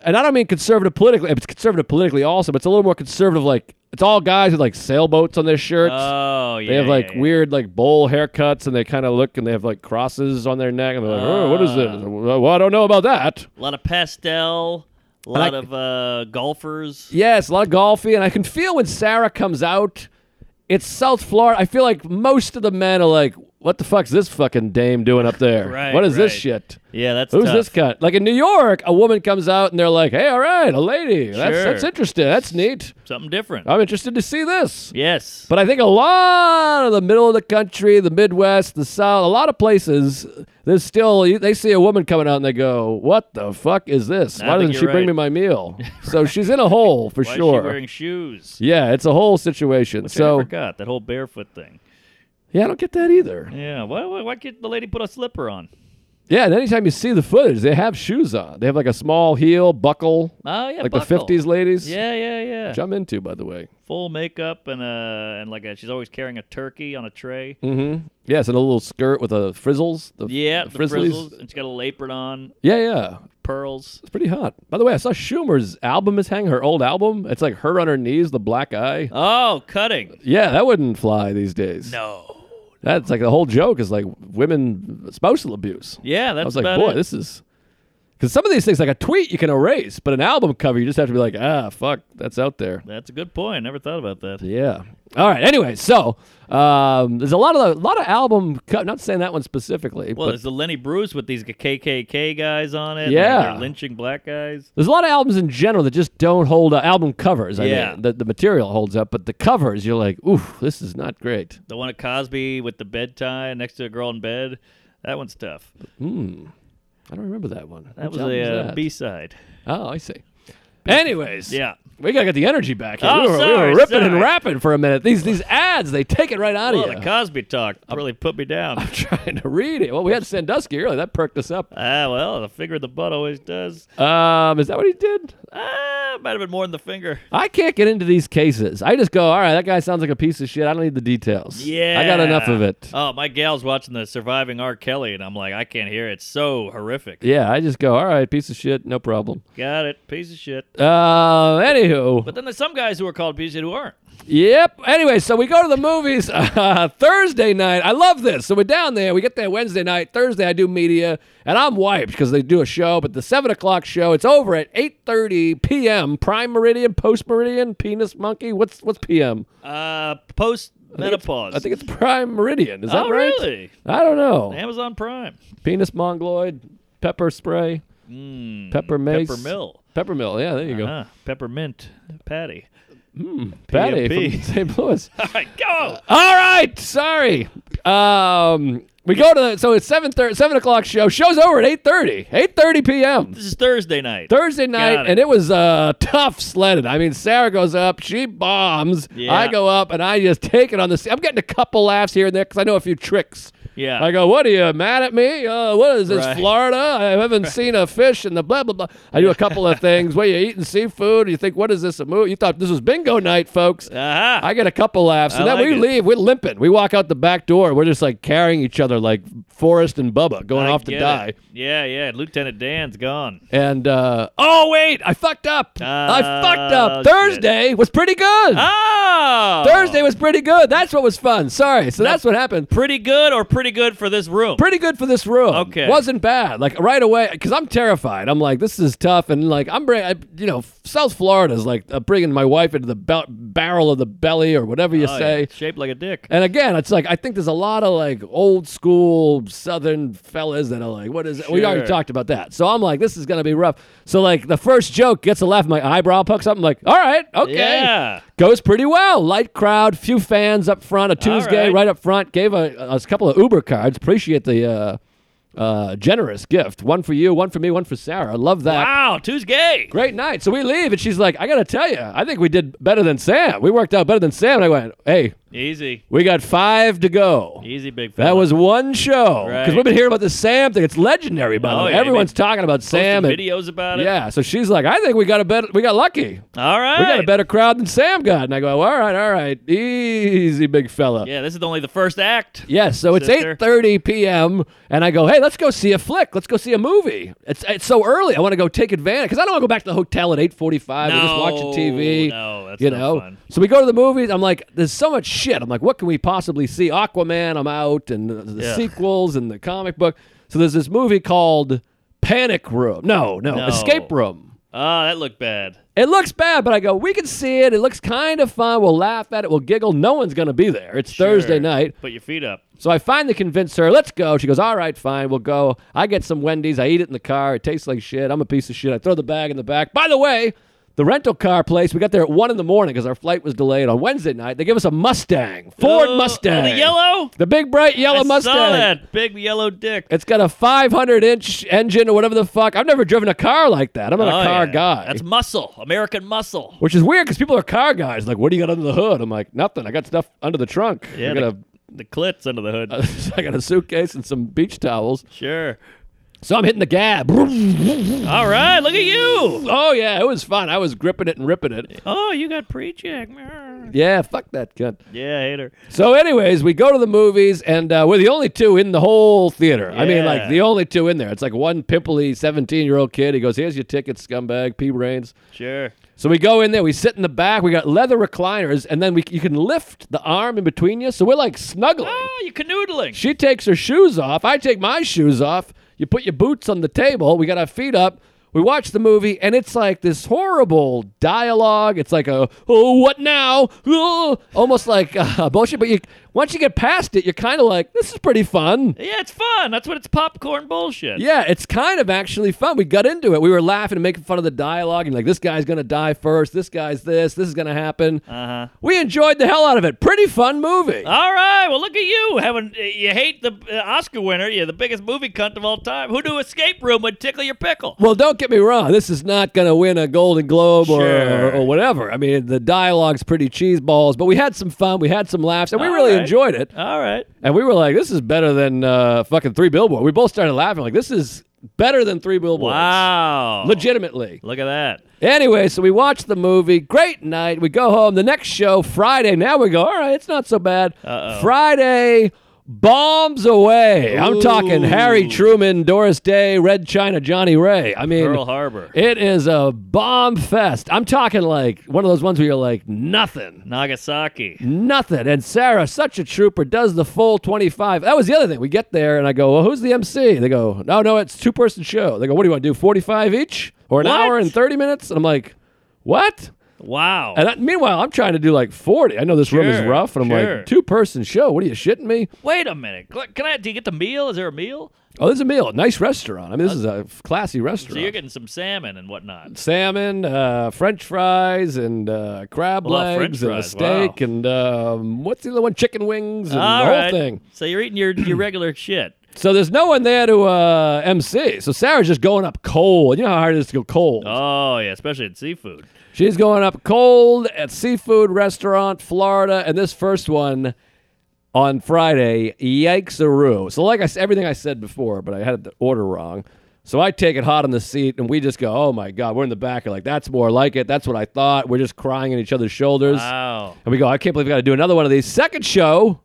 Speaker 1: and I don't mean conservative politically. It's conservative politically also, but it's a little more conservative. Like it's all guys with like sailboats on their shirts.
Speaker 2: Oh yeah.
Speaker 1: they have
Speaker 2: yeah,
Speaker 1: like
Speaker 2: yeah.
Speaker 1: weird like bowl haircuts, and they kind of look, and they have like crosses on their neck, and they're like, "Oh, what is this?
Speaker 2: Ah.
Speaker 1: Well, I don't know about that."
Speaker 2: A lot of pastel. A lot
Speaker 1: like-
Speaker 2: of uh, golfers.
Speaker 1: Yes, a lot of golfy, and I can feel when Sarah comes out. It's South Florida. I feel like most of the men are like, "What the fuck's this fucking dame doing up there?
Speaker 2: Right,
Speaker 1: what is this
Speaker 2: right.
Speaker 1: shit?
Speaker 2: Yeah, that's
Speaker 1: Who's
Speaker 2: tough.
Speaker 1: this cunt?" Like in New York, a woman comes out and they're like, "Hey, all right, a lady. That's
Speaker 2: Sure.
Speaker 1: that's interesting. That's neat.
Speaker 2: Something different.
Speaker 1: I'm interested to see this."
Speaker 2: yes.
Speaker 1: But I think a lot of the middle of the country, the Midwest, the South, a lot of places, there's still they see a woman coming out and they go, "What the fuck is this?
Speaker 2: I
Speaker 1: Why
Speaker 2: think
Speaker 1: doesn't she
Speaker 2: you're
Speaker 1: bring me
Speaker 2: right.
Speaker 1: my meal?" So she's in a hole for
Speaker 2: Why
Speaker 1: sure.
Speaker 2: is she wearing shoes?
Speaker 1: Yeah, it's a whole situation.
Speaker 2: I
Speaker 1: so
Speaker 2: forgot that whole barefoot thing.
Speaker 1: yeah, I don't get that either.
Speaker 2: Yeah. Why? Why, why can't the lady put a slipper on?
Speaker 1: Yeah, and anytime you see the footage, they have shoes on. They have like a small heel buckle,
Speaker 2: Oh yeah.
Speaker 1: like
Speaker 2: buckle.
Speaker 1: the '50s ladies.
Speaker 2: Yeah, yeah, yeah.
Speaker 1: which I'm into, by the way.
Speaker 2: Full makeup and uh and like a, she's always carrying a turkey on a tray.
Speaker 1: Mm-hmm. Yes, and a little skirt with a frizzles. The,
Speaker 2: Yeah,
Speaker 1: the
Speaker 2: the
Speaker 1: frizzlies.
Speaker 2: frizzles, and she's got a little apron on.
Speaker 1: Yeah, yeah.
Speaker 2: pearls.
Speaker 1: It's pretty hot. By the way, I saw Schumer's album is hanging, her old album. It's like her on her knees, the black eye.
Speaker 2: Oh, cutting.
Speaker 1: Yeah, that wouldn't fly these days.
Speaker 2: No.
Speaker 1: That's like the whole joke is like women spousal abuse.
Speaker 2: Yeah, that's
Speaker 1: I was like,
Speaker 2: about
Speaker 1: boy,
Speaker 2: it.
Speaker 1: this is because some of these things, like a tweet, you can erase, but an album cover, you just have to be like, ah, fuck, that's out there.
Speaker 2: That's a good point. I never thought about that.
Speaker 1: Yeah. All right. Anyway, so um, there's a lot of a lot of album. Co- not saying that one specifically,
Speaker 2: Well,
Speaker 1: but
Speaker 2: there's the Lenny Bruce with these KKK guys on it. and
Speaker 1: Yeah.
Speaker 2: they're lynching black guys.
Speaker 1: There's a lot of albums in general that just don't hold up. Album covers, I
Speaker 2: Yeah.
Speaker 1: mean, that the material holds up, but the covers, you're like, oof, this is not great.
Speaker 2: The one at Cosby with the bed tie next to a girl in bed. That one's tough.
Speaker 1: I don't remember that one.
Speaker 2: That
Speaker 1: Which
Speaker 2: was
Speaker 1: album
Speaker 2: a uh,
Speaker 1: that?
Speaker 2: B side.
Speaker 1: Oh, I see. Anyways,
Speaker 2: Yeah.
Speaker 1: we gotta get the energy back. Here.
Speaker 2: Oh,
Speaker 1: we, were, we were
Speaker 2: sorry,
Speaker 1: ripping and
Speaker 2: sorry.
Speaker 1: rapping for a minute. These these ads, they take it right out
Speaker 2: Well,
Speaker 1: of you.
Speaker 2: the Cosby talk
Speaker 1: Uh,
Speaker 2: really put me down.
Speaker 1: I'm trying to read it. Well, we had Sandusky earlier. That perked us up.
Speaker 2: Ah, well, the finger of the butt always does.
Speaker 1: Um, is that what he did?
Speaker 2: Ah, might have been more than the finger.
Speaker 1: I can't get into these cases. I just go, all right, that guy sounds like a piece of shit. I don't need the details.
Speaker 2: Yeah.
Speaker 1: I got enough of it.
Speaker 2: Oh, my gal's watching the surviving R. Kelly, and I'm like, I can't hear it. It's so horrific.
Speaker 1: Yeah, I just go, all right, piece of shit, no problem.
Speaker 2: Got it. Piece of shit.
Speaker 1: Uh, anywho,
Speaker 2: But then there's some guys who are called piece of shit who aren't.
Speaker 1: yep. Anyway, so we go to the movies uh, Thursday night. I love this. So we're down there. We get there Wednesday night. Thursday, I do media, and I'm wiped because they do a show. But the seven o'clock show, it's over at eight thirty p.m. Prime meridian, post meridian, penis monkey. What's what's p.m.
Speaker 2: Uh, post menopause.
Speaker 1: I think it's prime meridian. Is that
Speaker 2: oh,
Speaker 1: right?
Speaker 2: really?
Speaker 1: I don't know.
Speaker 2: Amazon Prime.
Speaker 1: Penis mongoloid, pepper spray,
Speaker 2: Hmm.
Speaker 1: pepper mace,
Speaker 2: Peppermill.
Speaker 1: Peppermill, yeah, there you go.
Speaker 2: Ah, peppermint patty.
Speaker 1: Patty
Speaker 2: P&P.
Speaker 1: from St. Louis.
Speaker 2: All right, go.
Speaker 1: All right, sorry. Um, we go to the, so it's seven thirty, seven o'clock show. Show's over at eight thirty, eight thirty p.m.
Speaker 2: This is Thursday night.
Speaker 1: Thursday night,
Speaker 2: it.
Speaker 1: and it was uh, tough sledded. I mean, Sarah goes up, she bombs.
Speaker 2: Yeah.
Speaker 1: I go up, and I just take it on the. s- I'm getting a couple laughs here and there because I know a few tricks.
Speaker 2: Yeah.
Speaker 1: I go, what are you mad at me? Uh, what is this,
Speaker 2: Right.
Speaker 1: Florida? I haven't seen a fish in the blah blah blah. I do a couple of things. What you eating seafood? You think what is this a movie? You thought this was bingo night, folks.
Speaker 2: Aha.
Speaker 1: I get a couple laughs, and
Speaker 2: I
Speaker 1: then
Speaker 2: like
Speaker 1: we
Speaker 2: it.
Speaker 1: leave. We're limping. We walk out the back door. We're just like carrying each other like Forrest and Bubba going
Speaker 2: I
Speaker 1: off to
Speaker 2: get
Speaker 1: die.
Speaker 2: it. Yeah, yeah. Lieutenant Dan's gone.
Speaker 1: And uh, oh wait, I fucked up. I fucked
Speaker 2: Oh,
Speaker 1: up. Thursday was pretty good.
Speaker 2: Oh.
Speaker 1: Thursday was pretty good. That's what was fun. Sorry. So that's what happened.
Speaker 2: Pretty good or pretty good for this room?
Speaker 1: Pretty good for this room.
Speaker 2: Okay.
Speaker 1: Wasn't bad. Like right away, because I'm terrified. I'm like, this is tough, and like I'm, bring, I, you know, South Florida is like uh, bringing my wife into the bel- barrel of the belly or whatever you
Speaker 2: Oh, yeah.
Speaker 1: say.
Speaker 2: Shaped like a dick.
Speaker 1: And again, it's like I think there's a lot of like old school Southern fellas that are like, "What is it?" We already
Speaker 2: Sure.
Speaker 1: talked about that, so I'm like, "This is gonna be rough." So like the first joke gets a laugh, my eyebrow pucks up. I'm like, "All right, okay."
Speaker 2: Yeah.
Speaker 1: Goes pretty well. Light crowd, few fans up front. A Tuesday,
Speaker 2: right.
Speaker 1: right. up front. Gave a, a couple of Uber cards. Appreciate the uh, uh, generous gift. One for you, one for me, one for Sarah. Love that.
Speaker 2: Wow, two's gay.
Speaker 1: Great night. So we leave, and she's like, "I gotta tell you, I think we did better than Sam. We worked out better than Sam." And I went, "Hey,
Speaker 2: Easy.
Speaker 1: we got five to go.
Speaker 2: Easy, big fella.
Speaker 1: That was one show
Speaker 2: Right.
Speaker 1: because we've been hearing about the Sam thing. It's legendary, by the
Speaker 2: Oh,
Speaker 1: way.
Speaker 2: yeah,
Speaker 1: Everyone's
Speaker 2: they
Speaker 1: talking about
Speaker 2: Posted
Speaker 1: Sam. and-
Speaker 2: videos about it.
Speaker 1: yeah, so she's like, I think we got a better, we got lucky.
Speaker 2: All right.
Speaker 1: We got a better crowd than Sam got, and I go, all right, all right, easy, big fella.
Speaker 2: Yeah, this is only the first act.
Speaker 1: Yes, so it's
Speaker 2: Sister.
Speaker 1: eight thirty p.m. and I go, hey, let's go see a flick. Let's go see a movie. It's it's so early. I want to go take advantage because I don't want to go back to the hotel at eight forty-five and just
Speaker 2: No,
Speaker 1: watch TV.
Speaker 2: no, that's
Speaker 1: you
Speaker 2: no
Speaker 1: know.
Speaker 2: fun.
Speaker 1: So we go to the movies. I'm like, there's so much shit. I'm like, what can we possibly see? Aquaman. I'm out, and the, the
Speaker 2: Yeah.
Speaker 1: sequels and the comic book. So there's this movie called Panic Room. No, no,
Speaker 2: No.
Speaker 1: Escape Room.
Speaker 2: Oh, that looked bad.
Speaker 1: It looks bad, but I go, we can see it. It looks kind of fun. We'll laugh at it. We'll giggle. No one's going to be there. It's Thursday
Speaker 2: Sure.
Speaker 1: night.
Speaker 2: Put your feet up.
Speaker 1: So I finally convince her, let's go. She goes, all right, fine, we'll go. I get some Wendy's. I eat it in the car. It tastes like shit. I'm a piece of shit. I throw the bag in the back. By the way, the rental car place, we got there at 1 in the morning because our flight was delayed on Wednesday night. They give us a Mustang, Ford
Speaker 2: Oh,
Speaker 1: Mustang.
Speaker 2: oh, the yellow.
Speaker 1: The big, bright yellow
Speaker 2: I
Speaker 1: Mustang.
Speaker 2: saw that big yellow dick.
Speaker 1: It's got a 500 inch engine or whatever the fuck. I've never driven a car like that. I'm not
Speaker 2: Oh,
Speaker 1: a car
Speaker 2: yeah.
Speaker 1: guy.
Speaker 2: That's muscle, American muscle.
Speaker 1: which is weird because people are car guys. Like, what do you got under the hood? I'm like, nothing. I got stuff under the trunk.
Speaker 2: Yeah,
Speaker 1: I, got
Speaker 2: the, the clits under the hood.
Speaker 1: a, I got a suitcase and some beach towels.
Speaker 2: sure.
Speaker 1: So I'm hitting the gab.
Speaker 2: All right, look at you.
Speaker 1: Oh yeah, it was fun. I was gripping it and ripping it.
Speaker 2: Oh, you got pre-check.
Speaker 1: Yeah, fuck that cunt.
Speaker 2: Yeah, I hate her.
Speaker 1: So, anyways, we go to the movies, and uh, we're the only two in the whole theater. I mean, like
Speaker 2: Yeah.
Speaker 1: the only two in there. It's like one pimply seventeen-year-old kid. He goes, "Here's your ticket, scumbag, P brains."
Speaker 2: Sure.
Speaker 1: So we go in there. We sit in the back. We got leather recliners, and then we you can lift the arm in between you. So we're like snuggling.
Speaker 2: Oh, you canoodling.
Speaker 1: She takes her shoes off. I take my shoes off. You put your boots on the table. We got our feet up. We watch the movie, and it's like this horrible dialogue. It's like a oh, what now? Oh, almost like uh, bullshit. But you once you get past it, you're kind of like, this is pretty fun.
Speaker 2: Yeah, it's fun. That's what it's popcorn bullshit.
Speaker 1: Yeah, it's kind of actually fun. We got into it. We were laughing and making fun of the dialogue, and like this guy's gonna die first. This guy's this. This is gonna happen.
Speaker 2: Uh-huh.
Speaker 1: We enjoyed the hell out of it. Pretty fun movie.
Speaker 2: All right. Well, look at you. Having uh, you hate the uh, Oscar winner. You're the biggest movie cunt of all time. Who knew Escape Room would tickle your pickle?
Speaker 1: Well, don't get me wrong. This is not going to win a Golden Globe or,
Speaker 2: Sure.
Speaker 1: or, or whatever. I mean, the dialogue's pretty cheese balls, but we had some fun. We had some laughs, and we
Speaker 2: All
Speaker 1: really
Speaker 2: right.
Speaker 1: enjoyed it.
Speaker 2: All right.
Speaker 1: And we were like, this is better than uh, fucking Three Billboards. We both started laughing, like, this is better than Three Billboards.
Speaker 2: Wow.
Speaker 1: Legitimately.
Speaker 2: Look at that.
Speaker 1: Anyway, so we watched the movie. Great night. We go home. The next show, Friday. Now we go, all right, it's not so bad.
Speaker 2: Uh-oh.
Speaker 1: Friday, bombs away. I'm talking
Speaker 2: Ooh.
Speaker 1: Harry Truman, Doris Day, Red China, Johnny Ray. I mean,
Speaker 2: Pearl Harbor.
Speaker 1: it is a bomb fest. I'm talking like one of those ones where you're like, nothing.
Speaker 2: Nagasaki.
Speaker 1: Nothing. And Sarah, such a trooper, does the full 25. That was the other thing. We get there and I go, Well, who's the MC? They go, No, no, it's two person show. They go, What do you want to do? 45 each or an
Speaker 2: What?
Speaker 1: hour and 30 minutes? And I'm like, What?
Speaker 2: Wow.
Speaker 1: And I, meanwhile, I'm trying to do like 40. I know this room is
Speaker 2: Sure,
Speaker 1: rough. And I'm
Speaker 2: sure.
Speaker 1: like, Two person show. What are you shitting me?
Speaker 2: Wait a minute. Cl- Can I? Do you get the meal? Is there a meal?
Speaker 1: Oh, this is a meal. Nice restaurant. I mean, this is a classy restaurant.
Speaker 2: Uh, So you're getting some salmon and whatnot.
Speaker 1: salmon, uh, French fries, and uh, crab
Speaker 2: A lot of
Speaker 1: legs,
Speaker 2: French
Speaker 1: and a
Speaker 2: fries,
Speaker 1: steak,
Speaker 2: wow.
Speaker 1: and um, what's the other one? Chicken wings, and
Speaker 2: All
Speaker 1: the whole
Speaker 2: right.
Speaker 1: thing.
Speaker 2: So you're eating your, your regular shit.
Speaker 1: So there's no one there to uh, MC. So Sarah's just going up cold. You know how hard it is to go cold.
Speaker 2: Oh yeah, especially in seafood.
Speaker 1: She's going up cold at seafood restaurant, Florida, and this first one on Friday, yikes a roo. So like I s- everything I said before, but I had the order wrong. So I take it hot on the seat, and we just go, "Oh my god!" We're in the back, like that's more like it. That's what I thought. We're just crying on each other's shoulders,
Speaker 2: Wow.
Speaker 1: and we go, "I can't believe we got to do another one of these." Second show,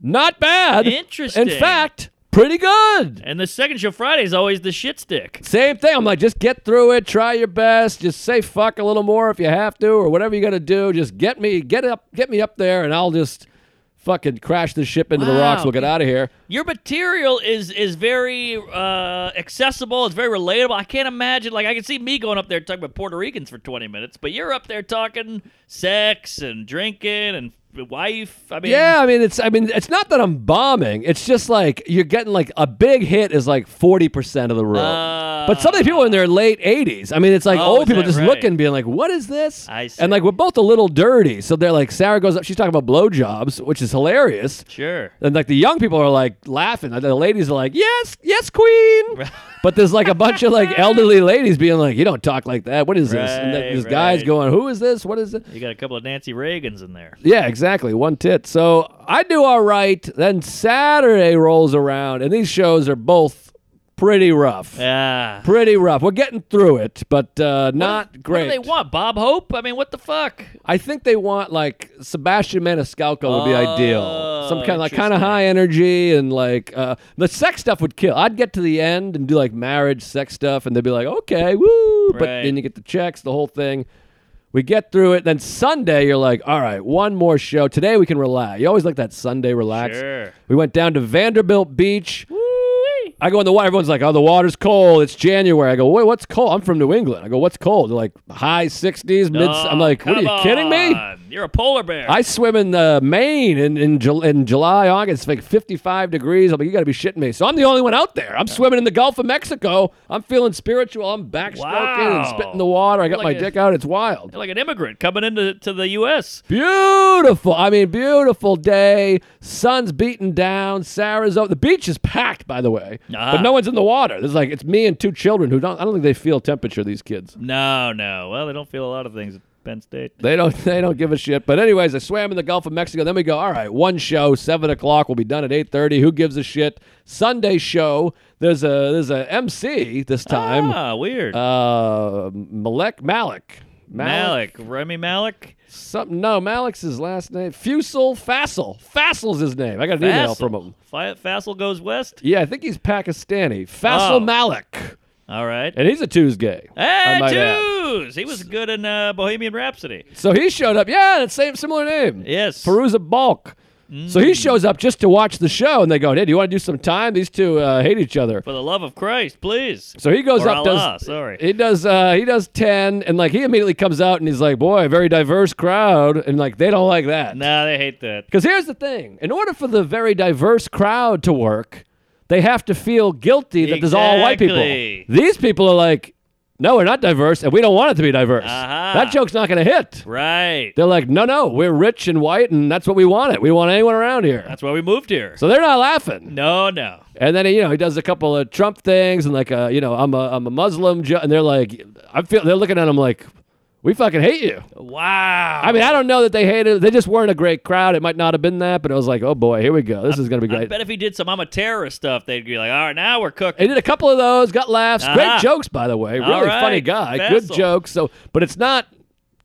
Speaker 1: not bad.
Speaker 2: Interesting.
Speaker 1: In fact, pretty good.
Speaker 2: And the second show Friday is always the shit stick.
Speaker 1: Same thing. I'm like, just get through it. Try your best. Just say fuck a little more if you have to, or whatever you got to do. Just get me, get up, get me up there, and I'll just fucking crash the ship into the
Speaker 2: Wow.
Speaker 1: rocks. We'll get out of here.
Speaker 2: Your material is is very uh, accessible. It's very relatable. I can't imagine. Like I can see me going up there talking about Puerto Ricans for 20 minutes, but you're up there talking sex and drinking and f- wife. I mean,
Speaker 1: Yeah, I mean, it's, I mean, it's not that I'm bombing. It's just like you're getting like a big hit is like forty percent of the room.
Speaker 2: Uh,
Speaker 1: but some of the people in their late 80s. I mean, it's like
Speaker 2: Oh,
Speaker 1: old
Speaker 2: is
Speaker 1: people
Speaker 2: that
Speaker 1: just
Speaker 2: right?
Speaker 1: looking, being like, "What is this?"
Speaker 2: I see.
Speaker 1: And like, we're both a little dirty, so they're like, Sarah goes up. She's talking about blowjobs, which is hilarious.
Speaker 2: Sure.
Speaker 1: And like the young people are like laughing. The ladies are like, "Yes, yes, queen." but there's like a bunch of like elderly ladies being like, "You don't talk like that. What is this?" And
Speaker 2: Right,
Speaker 1: then this guy's
Speaker 2: right.
Speaker 1: going, "Who is this? What is it?"
Speaker 2: You got a couple of Nancy Reagans in there.
Speaker 1: Yeah, exactly. One tit. So I do all right. Then Saturday rolls around, and these shows are both pretty rough.
Speaker 2: Yeah.
Speaker 1: Pretty rough. We're getting through it, but uh, not great.
Speaker 2: What do they want? Bob Hope? I mean, what the fuck?
Speaker 1: I think they want like Sebastian Maniscalco would be ideal.
Speaker 2: Oh,
Speaker 1: Some kind of like kind of
Speaker 2: interesting.
Speaker 1: high energy and like uh, the sex stuff would kill. I'd get to the end and do like marriage sex stuff, and they'd be like, okay, woo. But
Speaker 2: Right.
Speaker 1: then you get the checks, the whole thing. We get through it. Then Sunday, you're like, all right, one more show. Today we can relax. You always like that Sunday relax.
Speaker 2: Sure.
Speaker 1: We went down to Vanderbilt Beach. I go in the water. Everyone's like, "Oh, the water's cold. It's January." I go, "Wait, what's cold?" I'm from New England. I go, "What's cold?" They're like, "High 60s, mid."
Speaker 2: Oh,
Speaker 1: I'm like, "What are
Speaker 2: come
Speaker 1: you kidding me?"
Speaker 2: on. You're a polar bear.
Speaker 1: I swim in uh, Maine in in, Jul in July, August, it's like 55 degrees. I'm like, "You got to be shitting me!" So I'm the only one out there. I'm swimming in the Gulf of Mexico. I'm feeling spiritual. I'm backstroking and
Speaker 2: Wow.
Speaker 1: spitting the water. I got
Speaker 2: Like
Speaker 1: my
Speaker 2: a-
Speaker 1: dick out. It's wild.
Speaker 2: You're like an immigrant coming into to the U.S.
Speaker 1: Beautiful. I mean, beautiful day. Sun's beating down. Sarah's over. The beach is packed, by the way,
Speaker 2: Ah.
Speaker 1: but no one's in the water. There's like it's me and two children who don't. I don't think they feel temperature. These kids.
Speaker 2: No, no. Well, they don't feel a lot of things at Penn State.
Speaker 1: They don't. They don't give a shit. But anyways, I swam in the Gulf of Mexico. Then we go. All right, one show, seven o'clock. We'll be done at eight thirty. Who gives a shit? Sunday show. There's a there's a MC this time.
Speaker 2: ah, weird.
Speaker 1: Uh, Malek Malik.
Speaker 2: Malik, Remy Malik.
Speaker 1: Something. No, Malik's last name. Fusil Fassel. Fassel's his name. I got an email from him.
Speaker 2: Fa- Fassel goes west.
Speaker 1: Yeah, I think he's Pakistani. Fassel
Speaker 2: Oh.
Speaker 1: Malik.
Speaker 2: All right.
Speaker 1: And he's a Tuesday. I
Speaker 2: Hey,
Speaker 1: might add.
Speaker 2: Jews! He was good in uh, Bohemian Rhapsody.
Speaker 1: So he showed up. Yeah, that same similar name.
Speaker 2: Yes.
Speaker 1: Peruza Balk. So
Speaker 2: Mm.
Speaker 1: he shows up just to watch the show, and they go, "Hey, do you want to do some time? These two uh, hate each other."
Speaker 2: For the love of Christ, please.
Speaker 1: So he goes
Speaker 2: Or
Speaker 1: up,
Speaker 2: Allah,
Speaker 1: does
Speaker 2: sorry.
Speaker 1: he does uh, he does ten, and like he immediately comes out and he's like, "Boy, very diverse crowd," and like they don't like that.
Speaker 2: nah, they hate that.
Speaker 1: Because here's the thing: in order for the very diverse crowd to work, they have to feel guilty that there's all white people.
Speaker 2: Exactly.
Speaker 1: These people are like, "No, we're not diverse, and we don't want it to be diverse.
Speaker 2: Aha.
Speaker 1: That joke's not going to hit."
Speaker 2: Right.
Speaker 1: They're like, "No, no, we're rich and white, and that's what we want. It. We want anyone around here."
Speaker 2: That's why we moved here.
Speaker 1: so they're not laughing.
Speaker 2: no, no.
Speaker 1: And then you know he does a couple of Trump things and like uh, you know I'm a I'm a Muslim ju-, and they're like I feel they're looking at him like we fucking hate you.
Speaker 2: Wow.
Speaker 1: I mean I don't know that they hated it. they just weren't a great crowd. It might not have been that, but it was like oh boy here we go this is gonna be
Speaker 2: I
Speaker 1: great.
Speaker 2: bet if he did some I'm a terrorist stuff, they'd be like, all right, now we're
Speaker 1: He
Speaker 2: cooking.
Speaker 1: did a couple of those, got laughs, great
Speaker 2: Uh-huh.
Speaker 1: jokes by the way.
Speaker 2: All
Speaker 1: Really funny
Speaker 2: right,
Speaker 1: guy, good
Speaker 2: Faisal.
Speaker 1: jokes. So but it's not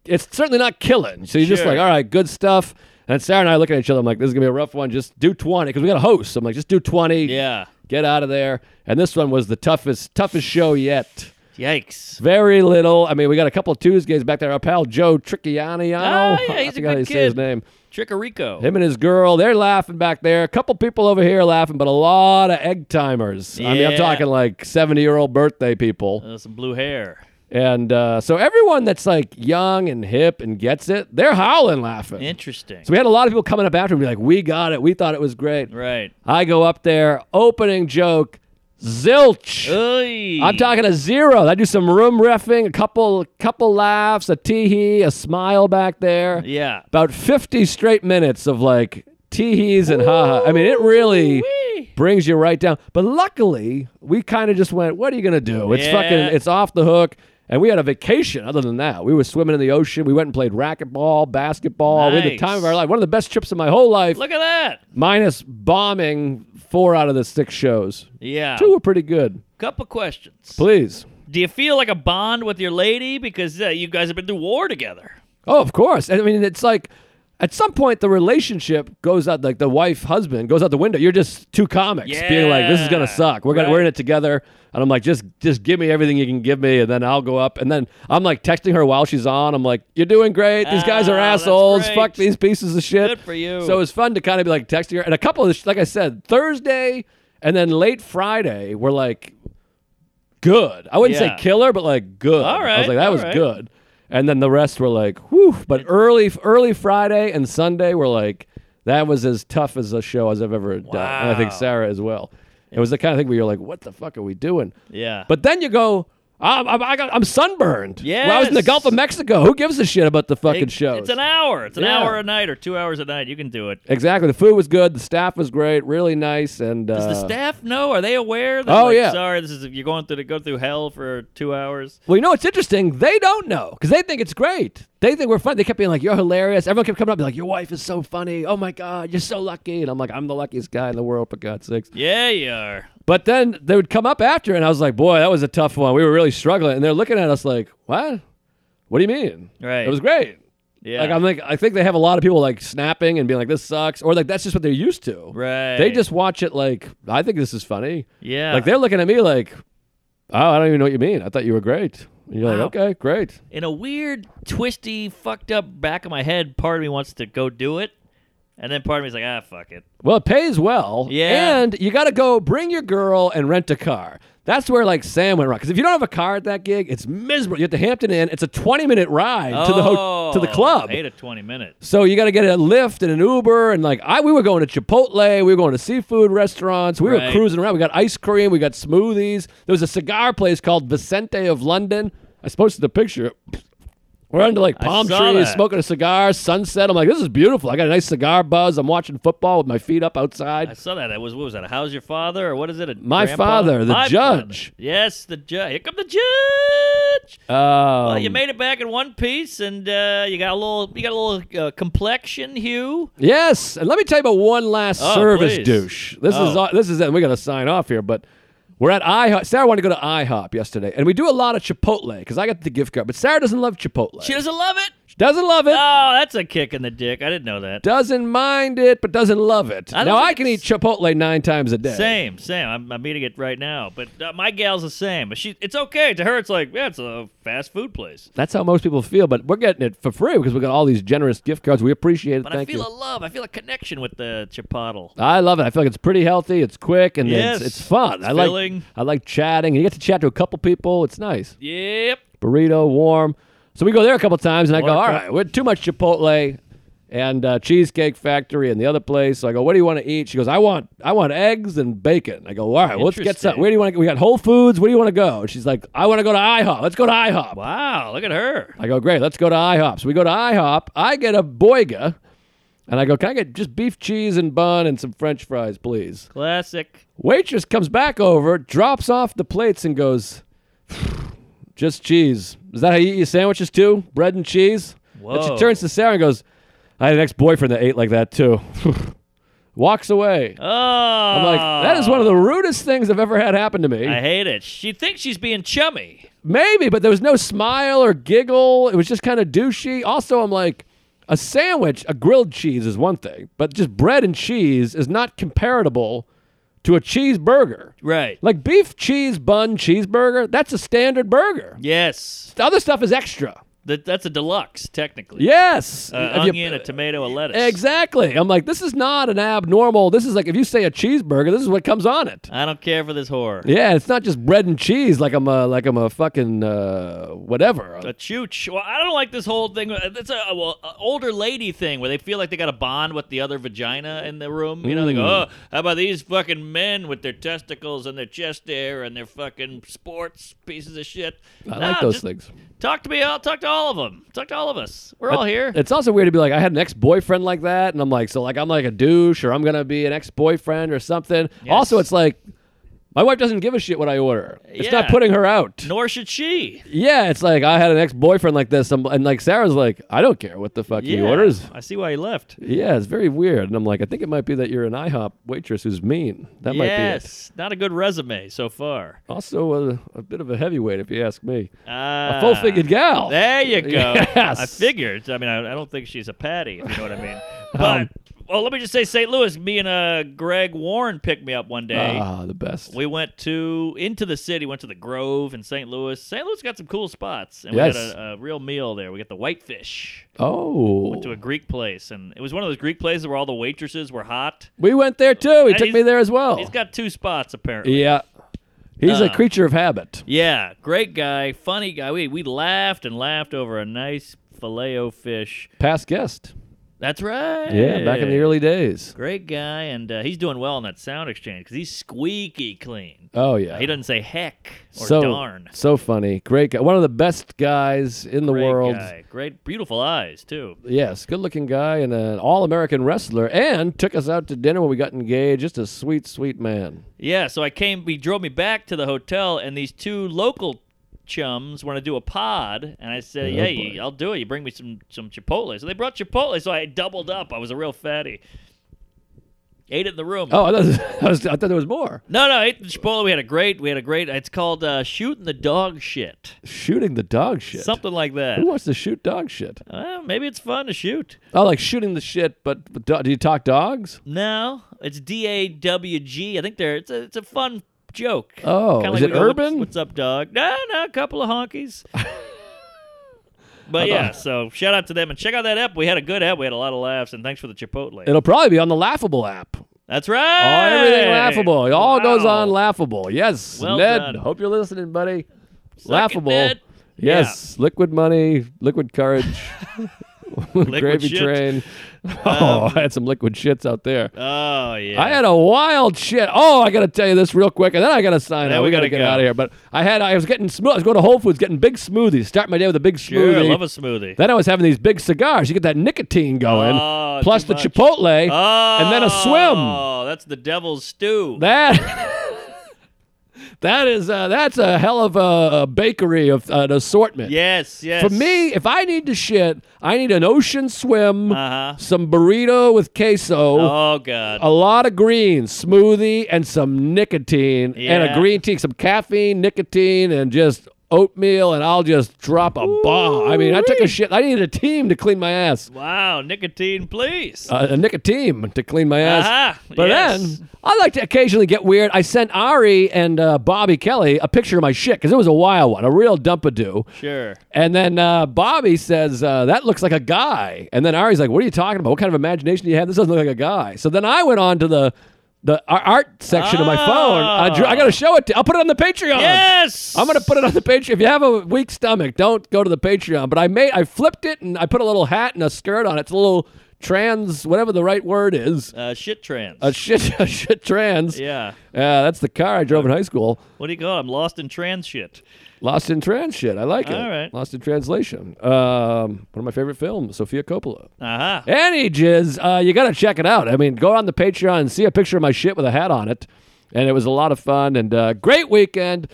Speaker 1: it's certainly not killing. So you're just
Speaker 2: Sure.
Speaker 1: like all right good stuff. And Sarah and I are looking at each other. I'm like, this is gonna be a rough one. Just do 20 because we got a host. So I'm like, just do 20.
Speaker 2: yeah.
Speaker 1: Get out of there. And this one was the toughest toughest show yet.
Speaker 2: Yikes.
Speaker 1: Very little. I mean, we got a couple of Tuesdays back there. Our pal Joe Tricciani.
Speaker 2: Ah, yeah, he's a
Speaker 1: forgot how
Speaker 2: good
Speaker 1: you say his
Speaker 2: kid.
Speaker 1: name.
Speaker 2: Tricorico.
Speaker 1: Him and his girl, they're laughing back there. A couple people over here laughing, but a lot of egg timers. I mean, I'm
Speaker 2: Yeah.
Speaker 1: talking like 70 year old birthday people.
Speaker 2: Uh, some blue hair.
Speaker 1: And uh, so everyone that's like young and hip and gets it, they're howling laughing.
Speaker 2: Interesting.
Speaker 1: so we had a lot of people coming up after and be like, we got it. We thought it was great.
Speaker 2: right.
Speaker 1: I go up there, opening joke, zilch.
Speaker 2: Oy.
Speaker 1: I'm talking a zero. I do some room refing, a couple couple laughs, a tee hee, a smile back there.
Speaker 2: Yeah.
Speaker 1: About 50 straight minutes of like tee hees and ha ha. I mean, it really
Speaker 2: Wee.
Speaker 1: brings you right down. But luckily, we kind of just went, what are you going to do? It's
Speaker 2: Yeah.
Speaker 1: fucking, it's off the hook. And we had a vacation other than that. We were swimming in the ocean. We went and played racquetball, basketball. We had the
Speaker 2: Nice.
Speaker 1: time of our life. One of the best trips of my whole life,
Speaker 2: Look at that.
Speaker 1: minus bombing four out of the six shows.
Speaker 2: Yeah.
Speaker 1: Two were pretty good.
Speaker 2: Couple questions.
Speaker 1: Please.
Speaker 2: Do you feel like a bond with your lady because uh, you guys have been through war together?
Speaker 1: Oh, of course. I mean, it's like at some point the relationship goes out, like the wife husband goes out the window. You're just two comics being like, "This is
Speaker 2: Yeah,
Speaker 1: gonna suck. We're gonna we're
Speaker 2: right.
Speaker 1: in it together." And I'm like, "Just just give me everything you can give me, and then I'll go up." And then I'm like texting her while she's on. I'm like, "You're doing great. These guys are
Speaker 2: Ah, that's
Speaker 1: assholes.
Speaker 2: great.
Speaker 1: Fuck these pieces of shit."
Speaker 2: Good for you.
Speaker 1: So it was fun to kind of be like texting her. And a couple of the sh- like I said, Thursday and then late Friday were like good. I wouldn't
Speaker 2: Yeah.
Speaker 1: say killer, but like good.
Speaker 2: All
Speaker 1: I was
Speaker 2: right,
Speaker 1: like, that
Speaker 2: all
Speaker 1: was
Speaker 2: right.
Speaker 1: good. And then the rest were like, whew. But early, early Friday and Sunday were like, that was as tough as a show as I've ever done. And I think
Speaker 2: Wow.
Speaker 1: Sarah as well. It was the kind of thing where you're like, what the fuck are we doing?
Speaker 2: Yeah.
Speaker 1: But then you go, I'm, I'm, I got, I'm sunburned. Well, I was in the
Speaker 2: Yes.
Speaker 1: Gulf of Mexico. Who gives a shit about the fucking
Speaker 2: It-
Speaker 1: shows?
Speaker 2: It's an hour. It's an
Speaker 1: Yeah.
Speaker 2: hour a night or two hours a night. You can do it.
Speaker 1: Exactly. The food was good. The staff was great. Really nice. And uh,
Speaker 2: Does the staff know? Are they aware? That,
Speaker 1: Oh,
Speaker 2: like,
Speaker 1: yeah.
Speaker 2: Sorry, this is you're going through to go through hell for two hours.
Speaker 1: well, you know, it's interesting. They don't know because they think it's great. They think we're funny. They kept being like, "You're hilarious." Everyone kept coming up, and be like, "Your wife is so funny. Oh my god, you're so lucky." And I'm like, "I'm the luckiest guy in the world for God's sakes."
Speaker 2: Yeah, you are.
Speaker 1: But then they would come up after, and I was like, "Boy, that was a tough one. We were really struggling." And they're looking at us like, "What? What do you mean?
Speaker 2: Right.
Speaker 1: It was great."
Speaker 2: Yeah.
Speaker 1: Like I'm like I think they have a lot of people like snapping and being like this sucks or like that's just what they're used to.
Speaker 2: right.
Speaker 1: They just watch it like I think this is funny.
Speaker 2: yeah.
Speaker 1: Like they're looking at me like, oh, I don't even know what you mean. I thought you were great. And you're
Speaker 2: Wow.
Speaker 1: like, okay, great.
Speaker 2: in a weird, twisty, fucked up back of my head, part of me wants to go do it, and then part of me's like, ah, fuck it.
Speaker 1: Well, it pays well.
Speaker 2: Yeah.
Speaker 1: And you got to go bring your girl and rent a car. That's where like Sam went wrong. Because if you don't have a car at that gig, it's miserable. You're at the Hampton Inn. It's a 20 minute ride to the ho- to the
Speaker 2: Oh,
Speaker 1: club.
Speaker 2: I hate a twenty minute.
Speaker 1: So you got to get a Lyft and an Uber, and like I, we were going to Chipotle, we were going to seafood restaurants, we were
Speaker 2: Right.
Speaker 1: cruising around. We got ice cream, we got smoothies. There was a cigar place called Vicente of London. I posted the picture. We're under like palm
Speaker 2: saw
Speaker 1: trees,
Speaker 2: that.
Speaker 1: smoking a cigar, sunset. I'm like, this is beautiful. I got a nice cigar buzz. I'm watching football with my feet up outside.
Speaker 2: I saw that. That was what was that? How's your father or what is it? A
Speaker 1: My
Speaker 2: grandpa?
Speaker 1: father, the
Speaker 2: My
Speaker 1: judge.
Speaker 2: father. Yes, the judge. Here come the judge.
Speaker 1: Um,
Speaker 2: Well, you made it back in one piece, and uh, you got a little, you got a little uh, complexion hue.
Speaker 1: Yes, and let me tell you about one last
Speaker 2: Oh,
Speaker 1: service
Speaker 2: please.
Speaker 1: douche. This is
Speaker 2: Oh.
Speaker 1: this is it. We got to sign off here, but We're at IHOP. Sarah wanted to go to IHOP yesterday, and we do a lot of Chipotle because I got the gift card. But Sarah doesn't love Chipotle.
Speaker 2: She doesn't love it.
Speaker 1: She doesn't love it.
Speaker 2: Oh, that's a kick in the dick. I didn't know that.
Speaker 1: Doesn't mind it, but doesn't love it.
Speaker 2: I don't
Speaker 1: now
Speaker 2: think
Speaker 1: I can eat
Speaker 2: it's-
Speaker 1: Chipotle nine times a day.
Speaker 2: Same, same. I'm, I'm eating it right now, but uh, my gal's the same. But she, it's okay to her. It's like yeah, it's a fast food place.
Speaker 1: That's how most people feel, but we're getting it for free because we got all these generous gift cards. We appreciate it.
Speaker 2: But
Speaker 1: Thank
Speaker 2: I feel
Speaker 1: you.
Speaker 2: a love. I feel a connection with the chipotle.
Speaker 1: I love it. I feel like it's pretty healthy. It's quick and
Speaker 2: Yes.
Speaker 1: it's, it's fun.
Speaker 2: It's
Speaker 1: I like
Speaker 2: filling.
Speaker 1: I like chatting. And you get to chat to a couple people. It's nice.
Speaker 2: Yep.
Speaker 1: Burrito, warm. So we go there a couple times, and I go,
Speaker 2: Waterfront.
Speaker 1: all right, we're too much Chipotle and uh, Cheesecake Factory and the other place. So I go, what do you want to eat? She goes, I want I want eggs and bacon. I go, all right, well, let's get some.
Speaker 2: Interesting.
Speaker 1: Where do you want to go? We got Whole Foods. Where do you want to go? And she's like, I want to go to IHOP. Let's go to IHOP.
Speaker 2: Wow, look at her.
Speaker 1: I go, great, let's go to IHOP. So we go to IHOP. I get a boiga, and I go, can I get just beef cheese and bun and some French fries, please?
Speaker 2: Classic.
Speaker 1: Waitress comes back over, drops off the plates, and goes, just cheese. Is that how you eat your sandwiches too? Bread and cheese? And she
Speaker 2: Whoa.
Speaker 1: turns to Sarah and goes, I had an ex boyfriend that ate like that too. Walks away.
Speaker 2: Oh,
Speaker 1: I'm like, that is one of the rudest things I've ever had happen to me.
Speaker 2: Ah. I hate it. She thinks she's being chummy.
Speaker 1: Maybe, but there was no smile or giggle. It was just kind of douchey. Also, I'm like, a sandwich, a grilled cheese is one thing, but just bread and cheese is not comparable to a cheeseburger.
Speaker 2: Right.
Speaker 1: Like beef, cheese, bun, cheeseburger, that's a standard burger.
Speaker 2: Yes.
Speaker 1: The other stuff is extra.
Speaker 2: That, that's a deluxe, technically.
Speaker 1: Yes.
Speaker 2: Uh,
Speaker 1: If you-
Speaker 2: onion, a tomato, a lettuce.
Speaker 1: exactly. I'm like, this is not an abnormal. This is like, if you say a cheeseburger, this is what comes on it.
Speaker 2: I don't care for this horror.
Speaker 1: Yeah, it's not just bread and cheese like I'm a, like I'm a fucking uh, whatever.
Speaker 2: A chooch. Well, I don't like this whole thing. It's a, a, well, a older lady thing where they feel like they got to bond with the other vagina in the room. You know, they go, oh, how about these fucking men with their testicles and their chest hair and their fucking sports pieces of shit?
Speaker 1: I like those
Speaker 2: just
Speaker 1: things.
Speaker 2: Talk to me. I'll talk to all of them. Talk to all of us. We're all here.
Speaker 1: It's also weird to be like, I had an ex boyfriend like that, and I'm like, so like I'm like a douche, or I'm gonna be an ex boyfriend or something. Also, it's like my wife doesn't give a shit what I order. It's not
Speaker 2: Yeah.
Speaker 1: putting her out.
Speaker 2: Nor should she.
Speaker 1: Yeah, it's like I had an ex boyfriend like this, and and, like Sarah's like, I don't care what the fuck he
Speaker 2: Yeah.
Speaker 1: orders.
Speaker 2: I see why he left.
Speaker 1: Yeah, it's very weird, and I'm like, I think it might be that you're an IHOP waitress who's mean. That might be it.
Speaker 2: yes. Not a good resume so far.
Speaker 1: Also, a, a bit of a heavyweight, if you ask me.
Speaker 2: Ah,
Speaker 1: a full figured gal.
Speaker 2: There you go.
Speaker 1: Yes. Um,
Speaker 2: I figured. I mean, I, I don't think she's a patty, if you know what I mean. But, well, let me just say St. Louis, me and uh, Greg Warren picked me up one day.
Speaker 1: Ah, the best.
Speaker 2: We went to, into the city, went to the Grove in St. Louis. St. Louis got some cool spots, and
Speaker 1: Yes.
Speaker 2: we got a, a real meal there. We got the whitefish
Speaker 1: oh,
Speaker 2: to a Greek place, and it was one of those Greek places where all the waitresses were hot.
Speaker 1: we went there too. He
Speaker 2: Uh,
Speaker 1: took
Speaker 2: he's-
Speaker 1: me there as well.
Speaker 2: He's got two spots, apparently.
Speaker 1: Oh. Yeah. He's a
Speaker 2: Uh,
Speaker 1: creature of habit.
Speaker 2: Yeah, great guy, funny guy. We we laughed and laughed over a nice filet o fish.
Speaker 1: Past guest.
Speaker 2: That's right.
Speaker 1: Yeah, back in the early days.
Speaker 2: Great guy, and uh, he's doing well on that sound exchange because he's squeaky clean.
Speaker 1: Oh yeah.
Speaker 2: He doesn't say heck or
Speaker 1: so
Speaker 2: darn.
Speaker 1: so funny. Great guy. One of the best guys in the
Speaker 2: Great
Speaker 1: world.
Speaker 2: guy. Great, beautiful eyes too.
Speaker 1: Yes, good-looking guy and an all-American wrestler and took us out to dinner when we got engaged. Just a sweet sweet man.
Speaker 2: Yeah. So I came. He drove me back to the hotel, and these two local chums want to do a pod, and I said,
Speaker 1: Oh,
Speaker 2: "Yeah,
Speaker 1: boy.
Speaker 2: you, I'll do it. You bring me some some Chipotle." So they brought Chipotle. So I doubled up. I was a real fatty. Ate it in the room.
Speaker 1: Oh, I thought, I, was, I thought there was more.
Speaker 2: No, no, I ate the Chipotle. We had a great, we had a great. It's called uh, shooting the dog shit,
Speaker 1: Shooting the dog shit.
Speaker 2: something like that.
Speaker 1: Who wants to shoot dog shit?
Speaker 2: Well, maybe it's fun to shoot.
Speaker 1: Oh, like shooting the shit, but, but do, do you talk dogs?
Speaker 2: No, it's D A W G. I think they're it's a it's a fun joke.
Speaker 1: Oh,
Speaker 2: Kinda
Speaker 1: is
Speaker 2: like
Speaker 1: it
Speaker 2: we go, "What's-
Speaker 1: urban?"
Speaker 2: What's, up, dog? No, no, a couple of honkies. but yeah, so shout out to them and check out that app. We had a good app. We had a lot of laughs and thanks for the Chipotle.
Speaker 1: It'll probably be on the Laughable app.
Speaker 2: That's right.
Speaker 1: Oh, everything laughable. It all goes
Speaker 2: Wow.
Speaker 1: on laughable. Yes,
Speaker 2: Well
Speaker 1: Ned.
Speaker 2: done.
Speaker 1: Hope you're listening, buddy.
Speaker 2: it,
Speaker 1: laughable.
Speaker 2: Ned.
Speaker 1: Yes, liquid money, liquid courage, gravy
Speaker 2: shit.
Speaker 1: train. Oh, I had some liquid shits out there.
Speaker 2: Oh yeah.
Speaker 1: I had a wild shit. Oh, I gotta tell you this real quick, and then I gotta sign
Speaker 2: Yeah,
Speaker 1: out.
Speaker 2: we
Speaker 1: We gotta,
Speaker 2: gotta
Speaker 1: get
Speaker 2: go.
Speaker 1: out of here. But I had I was getting smooth. I was going to Whole Foods, getting big smoothies. Start my day with a big
Speaker 2: sure,
Speaker 1: smoothie.
Speaker 2: love a smoothie.
Speaker 1: Then I was having these big cigars. You get that nicotine going,
Speaker 2: Oh,
Speaker 1: plus
Speaker 2: too
Speaker 1: the
Speaker 2: much.
Speaker 1: Chipotle,
Speaker 2: Oh,
Speaker 1: and then a swim.
Speaker 2: Oh, that's the devil's stew.
Speaker 1: That That is uh, that's a hell of a, a bakery of an assortment.
Speaker 2: Yes, yes.
Speaker 1: For me, if I need to shit, I need an ocean swim,
Speaker 2: Uh-huh.
Speaker 1: some burrito with queso,
Speaker 2: Oh God.
Speaker 1: a lot of greens, smoothie, and some nicotine, and a
Speaker 2: Yeah.
Speaker 1: green tea, some caffeine, nicotine, and just oatmeal, and I'll just drop a bomb. I mean, I took a shit. I needed a team to clean my ass.
Speaker 2: Wow, nicotine, please.
Speaker 1: Uh, a nicotine to clean my ass.
Speaker 2: Ah,
Speaker 1: But
Speaker 2: yes.
Speaker 1: then I like to occasionally get weird. I sent Ari and uh, Bobby Kelly a picture of my shit because it was a wild one, a real dumpadoo.
Speaker 2: sure.
Speaker 1: And then uh, Bobby says, uh, That looks like a guy. And then Ari's like, What are you talking about? What kind of imagination do you have? This doesn't look like a guy. So then I went on to the the ar- art section of my phone. I, drew, I got to show it to I'll put it on the Patreon.
Speaker 2: Ah. Yes.
Speaker 1: I'm gonna put it on the Patreon. If you have a weak stomach, don't go to the Patreon. But I made, I flipped it and I put a little hat and a skirt on. it. It's a little trans, whatever the right word is.
Speaker 2: uh, shit trans.
Speaker 1: A shit, a shit trans.
Speaker 2: yeah.
Speaker 1: Yeah, that's the car I drove in high school.
Speaker 2: What do you call? it? I'm lost in trans shit.
Speaker 1: Lost in Trans shit. I like it.
Speaker 2: All right.
Speaker 1: Lost in Translation. Um, one of my favorite films, Sofia Coppola.
Speaker 2: Uh huh.
Speaker 1: Any jizz, uh, you got to check it out. I mean, go on the Patreon and see a picture of my shit with a hat on it. And it was a lot of fun and uh, great weekend.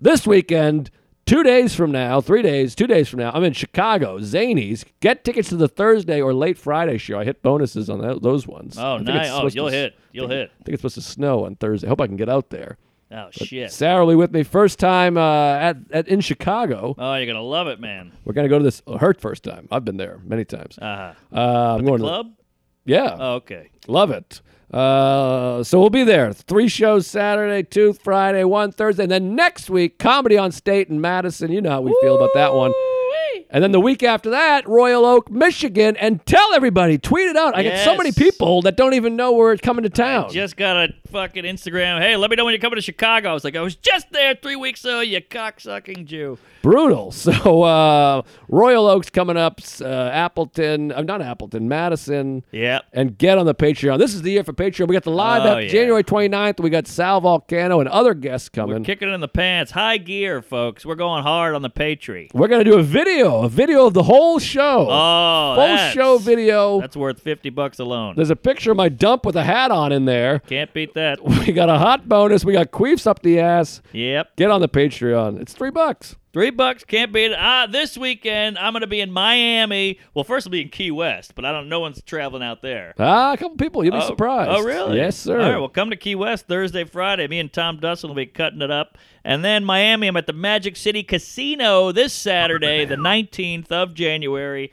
Speaker 1: This weekend, two days from now, three days, two days from now, I'm in Chicago, Zanies. Get tickets to the Thursday or late Friday show. I hit bonuses on tho- those ones.
Speaker 2: Oh,
Speaker 1: I think
Speaker 2: nice.
Speaker 1: it's
Speaker 2: Oh,
Speaker 1: supposed to
Speaker 2: you'll
Speaker 1: s-
Speaker 2: hit. You'll hit.
Speaker 1: I think it's supposed to snow on Thursday. Hope I can get out there.
Speaker 2: Oh shit.
Speaker 1: Sarah will be with me first time uh, at, at in Chicago.
Speaker 2: Oh, you're gonna love it, man.
Speaker 1: We're gonna go to this. Her first time. I've been there many times. Uh,
Speaker 2: Uh
Speaker 1: I'm going
Speaker 2: huh. Club.
Speaker 1: to yeah.
Speaker 2: Oh, okay.
Speaker 1: Love it. Uh, so we'll be there. Three shows Saturday, two Friday, one Thursday, and then next week comedy on State in Madison. You know how we feel about that one. And then the week after that, Royal Oak, Michigan, and tell everybody, tweet it out. I get so
Speaker 2: Yes.
Speaker 1: many people that don't even know we're coming to town.
Speaker 2: Just got a fucking Instagram. Hey, let me know when you're coming to Chicago. I was like, I was just there three weeks ago. You cocksucking Jew.
Speaker 1: brutal. So uh, Royal Oaks coming up, uh, Appleton, uh, not Appleton, Madison.
Speaker 2: Yep.
Speaker 1: And get on the Patreon. This is the year for Patreon. We got the live
Speaker 2: Oh,
Speaker 1: app
Speaker 2: yeah.
Speaker 1: January 29th. We got Sal Volcano and other guests coming.
Speaker 2: We're kicking it in the pants. High gear, folks. We're going hard on the Patri.
Speaker 1: We're gonna do a video, a video of the whole show,
Speaker 2: Oh,
Speaker 1: full
Speaker 2: that's-
Speaker 1: show video.
Speaker 2: That's worth 50 bucks alone.
Speaker 1: There's a picture of my dump with a hat on in there.
Speaker 2: Can't beat that.
Speaker 1: We got a hot bonus. We got queefs up the ass.
Speaker 2: Yep.
Speaker 1: Get on the Patreon. It's three bucks.
Speaker 2: Three bucks can't beat it. Ah, this weekend I'm gonna be in Miami. Well, first I'll be in Key West, but I don't. No one's traveling out there.
Speaker 1: Ah, a couple people. You'll be
Speaker 2: Oh,
Speaker 1: surprised.
Speaker 2: Oh, really?
Speaker 1: Yes, sir.
Speaker 2: All right. Well, come to Key West Thursday, Friday. Me and Tom Dustin will be cutting it up, and then Miami. I'm at the Magic City Casino this Saturday, the 19th of January.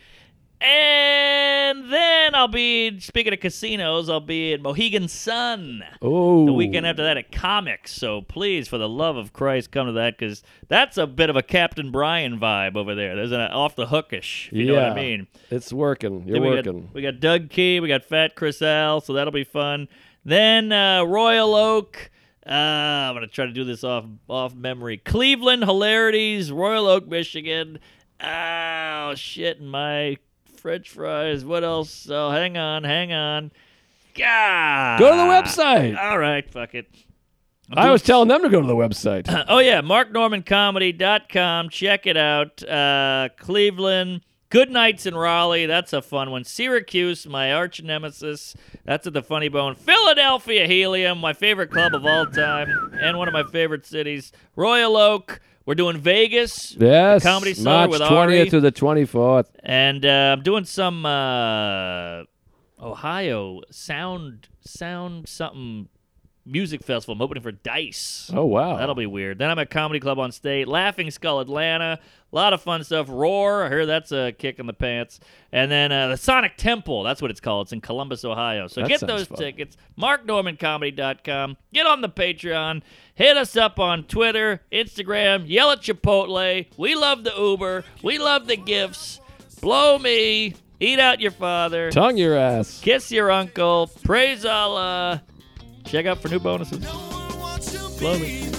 Speaker 2: And then I'll be speaking of casinos. I'll be in Mohegan Sun
Speaker 1: oh,
Speaker 2: the weekend after that at comics. So please, for the love of Christ, come to that because that's a bit of a Captain Brian vibe over there. There's an uh, off the hookish, if you know what I
Speaker 1: Yeah.
Speaker 2: mean.
Speaker 1: It's working. You're
Speaker 2: Then we
Speaker 1: working.
Speaker 2: Got, we got Doug Key, we got Fat Chris Al, so that'll be fun. Then uh, Royal Oak. Uh, I'm gonna try to do this off off memory. Cleveland Hilarities, Royal Oak, Michigan. Oh shit, my French fries. What else? Oh, hang on, hang on. God.
Speaker 1: Go to the website.
Speaker 2: All right, fuck it.
Speaker 1: I was telling them to go to the website.
Speaker 2: Oh yeah, marknormancomedy.com. Check it out. Uh, Cleveland. Good nights in Raleigh. That's a fun one. Syracuse, my arch nemesis. That's at the Funny Bone. Philadelphia Helium, my favorite club of all time, and one of my favorite cities. Royal Oak. We're doing Vegas.
Speaker 1: yes,
Speaker 2: The Comedy Cellar
Speaker 1: March
Speaker 2: with
Speaker 1: 20th
Speaker 2: Ari.
Speaker 1: to the 24th.
Speaker 2: and uh, I'm doing some uh, Ohio sound sound something music festival. I'm opening for Dice.
Speaker 1: Oh wow,
Speaker 2: That'll be weird. Then I'm at Comedy Club on State, Laughing Skull Atlanta. A lot of fun stuff. Roar, I hear that's a kick in the pants. And then uh, the Sonic Temple, that's what it's called. It's in Columbus, Ohio. So
Speaker 1: That
Speaker 2: get
Speaker 1: sounds
Speaker 2: those
Speaker 1: fun.
Speaker 2: tickets. MarkNormanComedy.com. Get on the Patreon. Hit us up on Twitter, Instagram. Yell at Chipotle. We love the Uber. We love the gifts. Blow me. Eat out your father.
Speaker 1: tongue your ass.
Speaker 2: Kiss your uncle. Praise Allah. Check out for new bonuses.
Speaker 3: No one wants to
Speaker 2: Love
Speaker 3: be the